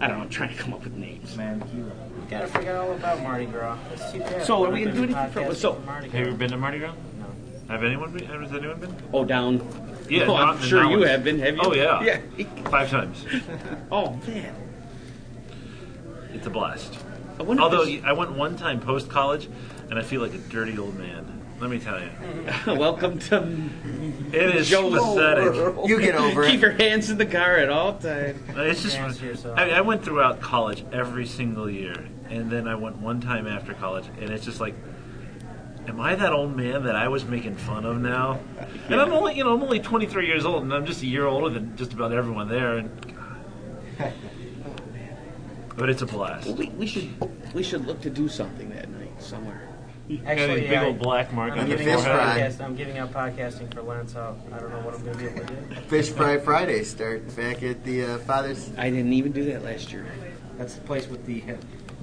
Speaker 1: I don't know. I'm trying to come up with names.
Speaker 4: man, you-
Speaker 3: you got to forget all about Mardi Gras. Let's keep that.
Speaker 1: So,
Speaker 3: We're
Speaker 1: are we
Speaker 3: not
Speaker 1: gonna do
Speaker 3: doing
Speaker 1: anything for-
Speaker 3: podcasts
Speaker 1: so-
Speaker 3: for Mardi
Speaker 9: Have you ever
Speaker 3: Gras.
Speaker 9: been to Mardi Gras?
Speaker 3: No.
Speaker 6: Have anyone been? Has anyone been?
Speaker 1: Oh, down.
Speaker 6: Yeah,
Speaker 1: oh,
Speaker 6: not
Speaker 1: I'm
Speaker 6: the
Speaker 1: sure you
Speaker 6: nouns.
Speaker 1: have been. Have you?
Speaker 6: Oh, yeah.
Speaker 1: Yeah.
Speaker 6: Five times.
Speaker 1: Oh man.
Speaker 6: It's a blast.
Speaker 1: I wonder
Speaker 6: Although
Speaker 1: if
Speaker 6: I went one time post college, and I feel like a dirty old man. Let me tell you,
Speaker 1: there's- welcome to
Speaker 6: it is
Speaker 1: Joe's
Speaker 6: pathetic.
Speaker 1: world.
Speaker 2: You get over
Speaker 1: Keep
Speaker 2: it.
Speaker 1: your hands in the car at all times.
Speaker 6: It's just.
Speaker 3: Dance yourself.
Speaker 6: I, mean, I went throughout college every single year, and then I went one time after college, and it's just like, am I that old man that I was making fun of now? And I'm only, you know, I'm only 23 years old, and I'm just a year older than just about everyone there. And but it's a blast.
Speaker 1: We, we should we should look to do something that night somewhere.
Speaker 3: Actually,
Speaker 6: Got a big
Speaker 3: I-
Speaker 6: old black mark
Speaker 3: I'm
Speaker 6: on your
Speaker 3: giving, out
Speaker 2: fish fry.
Speaker 6: forehead.
Speaker 3: podcast, I'm giving out podcasting for Lent, so I don't know what I'm going to be able to do.
Speaker 2: Fish Fry Friday starts back at the uh, Father's.
Speaker 1: I didn't even do that last year.
Speaker 4: that's the place with the uh,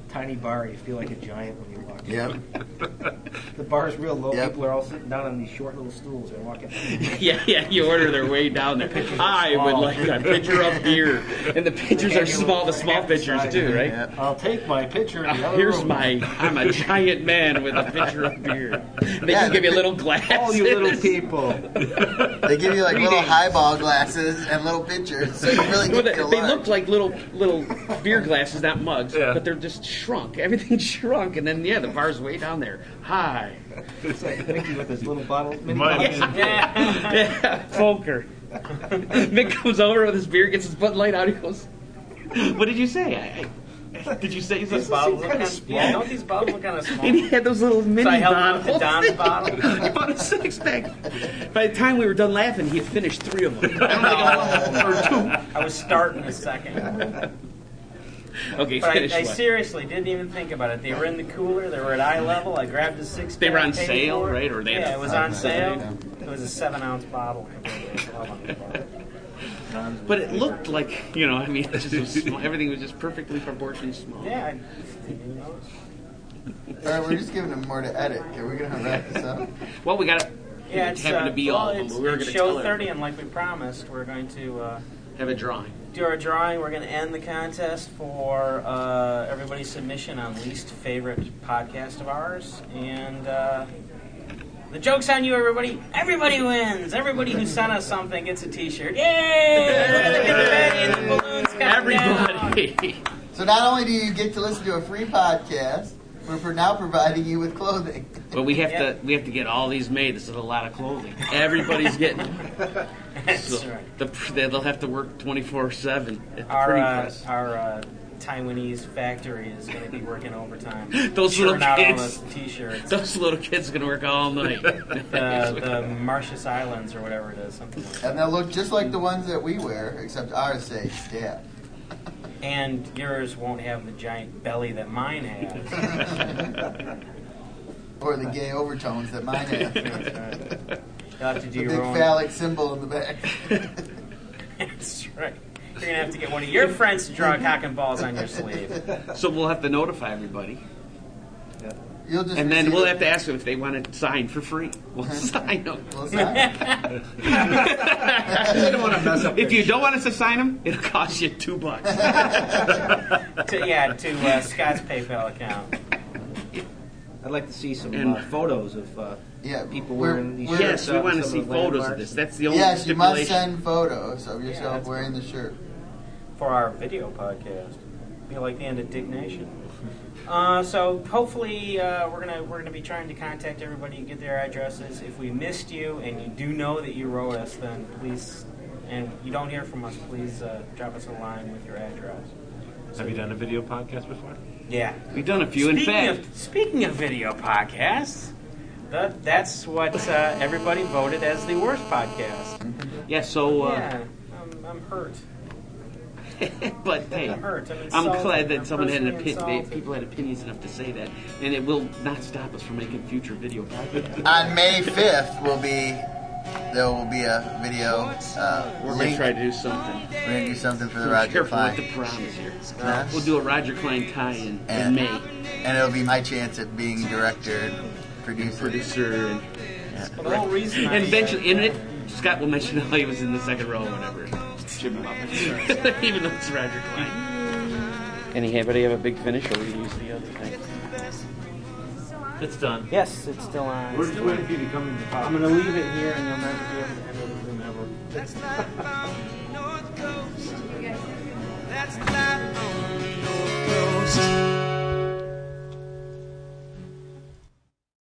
Speaker 4: tiny bar. You feel like a giant when you walk. in.
Speaker 2: Yep.
Speaker 4: The bar's real low.
Speaker 2: Yep.
Speaker 4: People are all sitting down on these short little stools. They're walking.
Speaker 1: Yeah, yeah, you order their way down there. I would like a pitcher of beer. And the pitchers are small, the small pitchers too, right?
Speaker 2: Yep.
Speaker 4: I'll take my picture. In the
Speaker 1: Uh,
Speaker 4: other
Speaker 1: here's
Speaker 4: room.
Speaker 1: my, I'm a giant man with a pitcher of beer. They just give you a little glass.
Speaker 4: All you little people.
Speaker 2: They give you like little highball glasses and little pitchers, so you really
Speaker 1: Well,
Speaker 2: get
Speaker 1: they,
Speaker 2: to
Speaker 1: they
Speaker 2: lunch.
Speaker 1: look like little little beer glasses, not mugs,
Speaker 6: Yeah.
Speaker 1: but they're just shrunk. Everything's shrunk, and then yeah, the bar's way down there. Hi,
Speaker 4: It's like Mickey with his little bottle. Mini
Speaker 6: Mine
Speaker 4: bottles.
Speaker 6: is-
Speaker 1: yeah, poker. Mick comes over with his beer, gets his Bud Light out. He goes, "What did you say? I, I, did you say
Speaker 3: These
Speaker 1: something?"
Speaker 3: bottles look kind of small. Yeah, don't these bottles look kind of small?
Speaker 1: And he had those little mini
Speaker 3: So I held on to
Speaker 1: bottles.
Speaker 3: Don's bottle.
Speaker 1: he bought a six pack. By the time we were done laughing, he had finished three of them. I don't
Speaker 3: Oh.
Speaker 1: think all of them, or
Speaker 3: I was starting a second.
Speaker 1: two. Okay,
Speaker 3: But
Speaker 1: finish
Speaker 3: I, I
Speaker 1: one.
Speaker 3: seriously didn't even think about it. They were in the cooler. They were at eye level. I grabbed a six.
Speaker 1: They were on
Speaker 3: paid
Speaker 1: sale,
Speaker 3: for it.
Speaker 1: right? Or they had
Speaker 3: yeah,
Speaker 1: a-
Speaker 3: it was on sale. It was a seven ounce bottle.
Speaker 1: But it looked like you know. I mean, it just was small. everything was just perfectly proportioned, small.
Speaker 3: yeah, I didn't even notice.
Speaker 2: All right, we're just giving them more to edit. Are we gonna wrap this up?
Speaker 1: Well, we got to
Speaker 3: Yeah,
Speaker 1: it
Speaker 3: it's,
Speaker 1: happened
Speaker 3: uh,
Speaker 1: to be
Speaker 3: well,
Speaker 1: all of them,
Speaker 3: it's,
Speaker 1: but we were
Speaker 3: it's
Speaker 1: gonna
Speaker 3: show
Speaker 1: tell
Speaker 3: 30, and like we promised, we're going to uh,
Speaker 1: have a drawing.
Speaker 3: do our drawing. We're going to end the contest for uh, everybody's submission on least favorite podcast of ours. And uh, the joke's on you, everybody. Everybody wins. Everybody who sent us something gets a t shirt. Yay! Look at the Betty and the balloons coming down.
Speaker 1: Everybody.
Speaker 2: So not only do you get to listen to a free podcast, we're for now providing you with clothing.
Speaker 1: But we have
Speaker 3: Yeah.
Speaker 1: to we have to get all these made. This is a lot of clothing. Everybody's getting them.
Speaker 3: That's
Speaker 1: So
Speaker 3: right.
Speaker 1: the, pr- they'll have to work twenty four seven at the
Speaker 3: Our,
Speaker 1: printing
Speaker 3: uh,
Speaker 1: press.
Speaker 3: our uh, Taiwanese factory is going to be working overtime.
Speaker 1: Those little
Speaker 3: Churning out all
Speaker 1: kids.
Speaker 3: those t shirts.
Speaker 1: Those little kids are gonna work all night.
Speaker 3: the, the Mauritius Islands or whatever it is, something like that.
Speaker 2: And they'll look just like the ones that we wear, except ours say staff.
Speaker 3: And yours won't have the giant belly that mine has.
Speaker 2: Or the gay overtones that mine have. the
Speaker 3: You'll have to do
Speaker 2: big
Speaker 3: your own.
Speaker 2: phallic symbol in the back.
Speaker 3: That's right. You're gonna have to get one of your friends to draw cock and balls on your sleeve.
Speaker 1: so we'll have to notify everybody.
Speaker 2: You'll just
Speaker 1: And then
Speaker 2: receive
Speaker 1: we'll
Speaker 2: it.
Speaker 1: have to ask them if they want to sign for free. We'll sign them.
Speaker 2: Well, sign.
Speaker 1: don't want to mess up if you don't want us to sign them, it'll cost you two bucks.
Speaker 3: to, yeah, to uh, Scott's PayPal account.
Speaker 4: I'd like to see some
Speaker 1: And-
Speaker 4: uh, photos of uh,
Speaker 2: Yeah,
Speaker 4: people
Speaker 2: we're-
Speaker 4: wearing these
Speaker 2: we're-
Speaker 4: shirts.
Speaker 1: yes, we
Speaker 4: out in
Speaker 1: want to
Speaker 4: some
Speaker 1: see
Speaker 4: the
Speaker 1: photos of
Speaker 4: landmarks.
Speaker 1: this. That's the only
Speaker 2: yes, you must
Speaker 1: stipulation.
Speaker 2: send photos of yourself
Speaker 3: that's
Speaker 2: wearing the shirt.
Speaker 3: for our video podcast. Be like the end of Dick Nation. Uh, so hopefully uh, we're gonna we're gonna be trying to contact everybody and get their addresses. If we missed you and you do know that you wrote us, then please, and you don't hear from us, please uh, drop us a line with your address.
Speaker 6: Have you done a video podcast before?
Speaker 3: Yeah.
Speaker 1: We've done a few. In
Speaker 3: Speaking
Speaker 1: fact,
Speaker 3: of speaking of video podcasts, that, that's what uh, everybody voted as the worst podcast.
Speaker 1: yeah. So, uh,
Speaker 3: Yeah, I'm, I'm hurt.
Speaker 1: but hey,
Speaker 3: I'm hurt. I'm,
Speaker 1: I'm
Speaker 3: insulted.
Speaker 1: glad
Speaker 3: I'm
Speaker 1: that someone had an
Speaker 3: personally
Speaker 1: opinion. They,
Speaker 3: insulted.
Speaker 1: people had opinions enough to say that, and it will not stop us from making future video podcasts.
Speaker 2: On May 5th will be there will be a video. Uh,
Speaker 1: We're gonna
Speaker 2: link.
Speaker 1: try to do something.
Speaker 2: We're gonna do something for the
Speaker 1: Be
Speaker 2: Roger
Speaker 1: careful
Speaker 2: Fine.
Speaker 1: with the promise here.
Speaker 2: Yes.
Speaker 1: We'll do a Roger Klein tie-in in
Speaker 2: And-
Speaker 1: May.
Speaker 2: and it'll be my chance at being director, and producer.
Speaker 1: Producer and
Speaker 3: The whole reason I
Speaker 1: and eventually, in it, Scott will mention how he was in the second row or whatever. Jimmy Buffett. Even though it's Roger Klein. Anybody have a big finish, or we use the other thing?
Speaker 6: It's done.
Speaker 3: Yes, it's still on.
Speaker 10: We're just waiting for you to come in the
Speaker 4: I'm going to leave it here and you'll never be able to enter the room ever.
Speaker 11: That's not on the North Coast. That's not on the North Coast.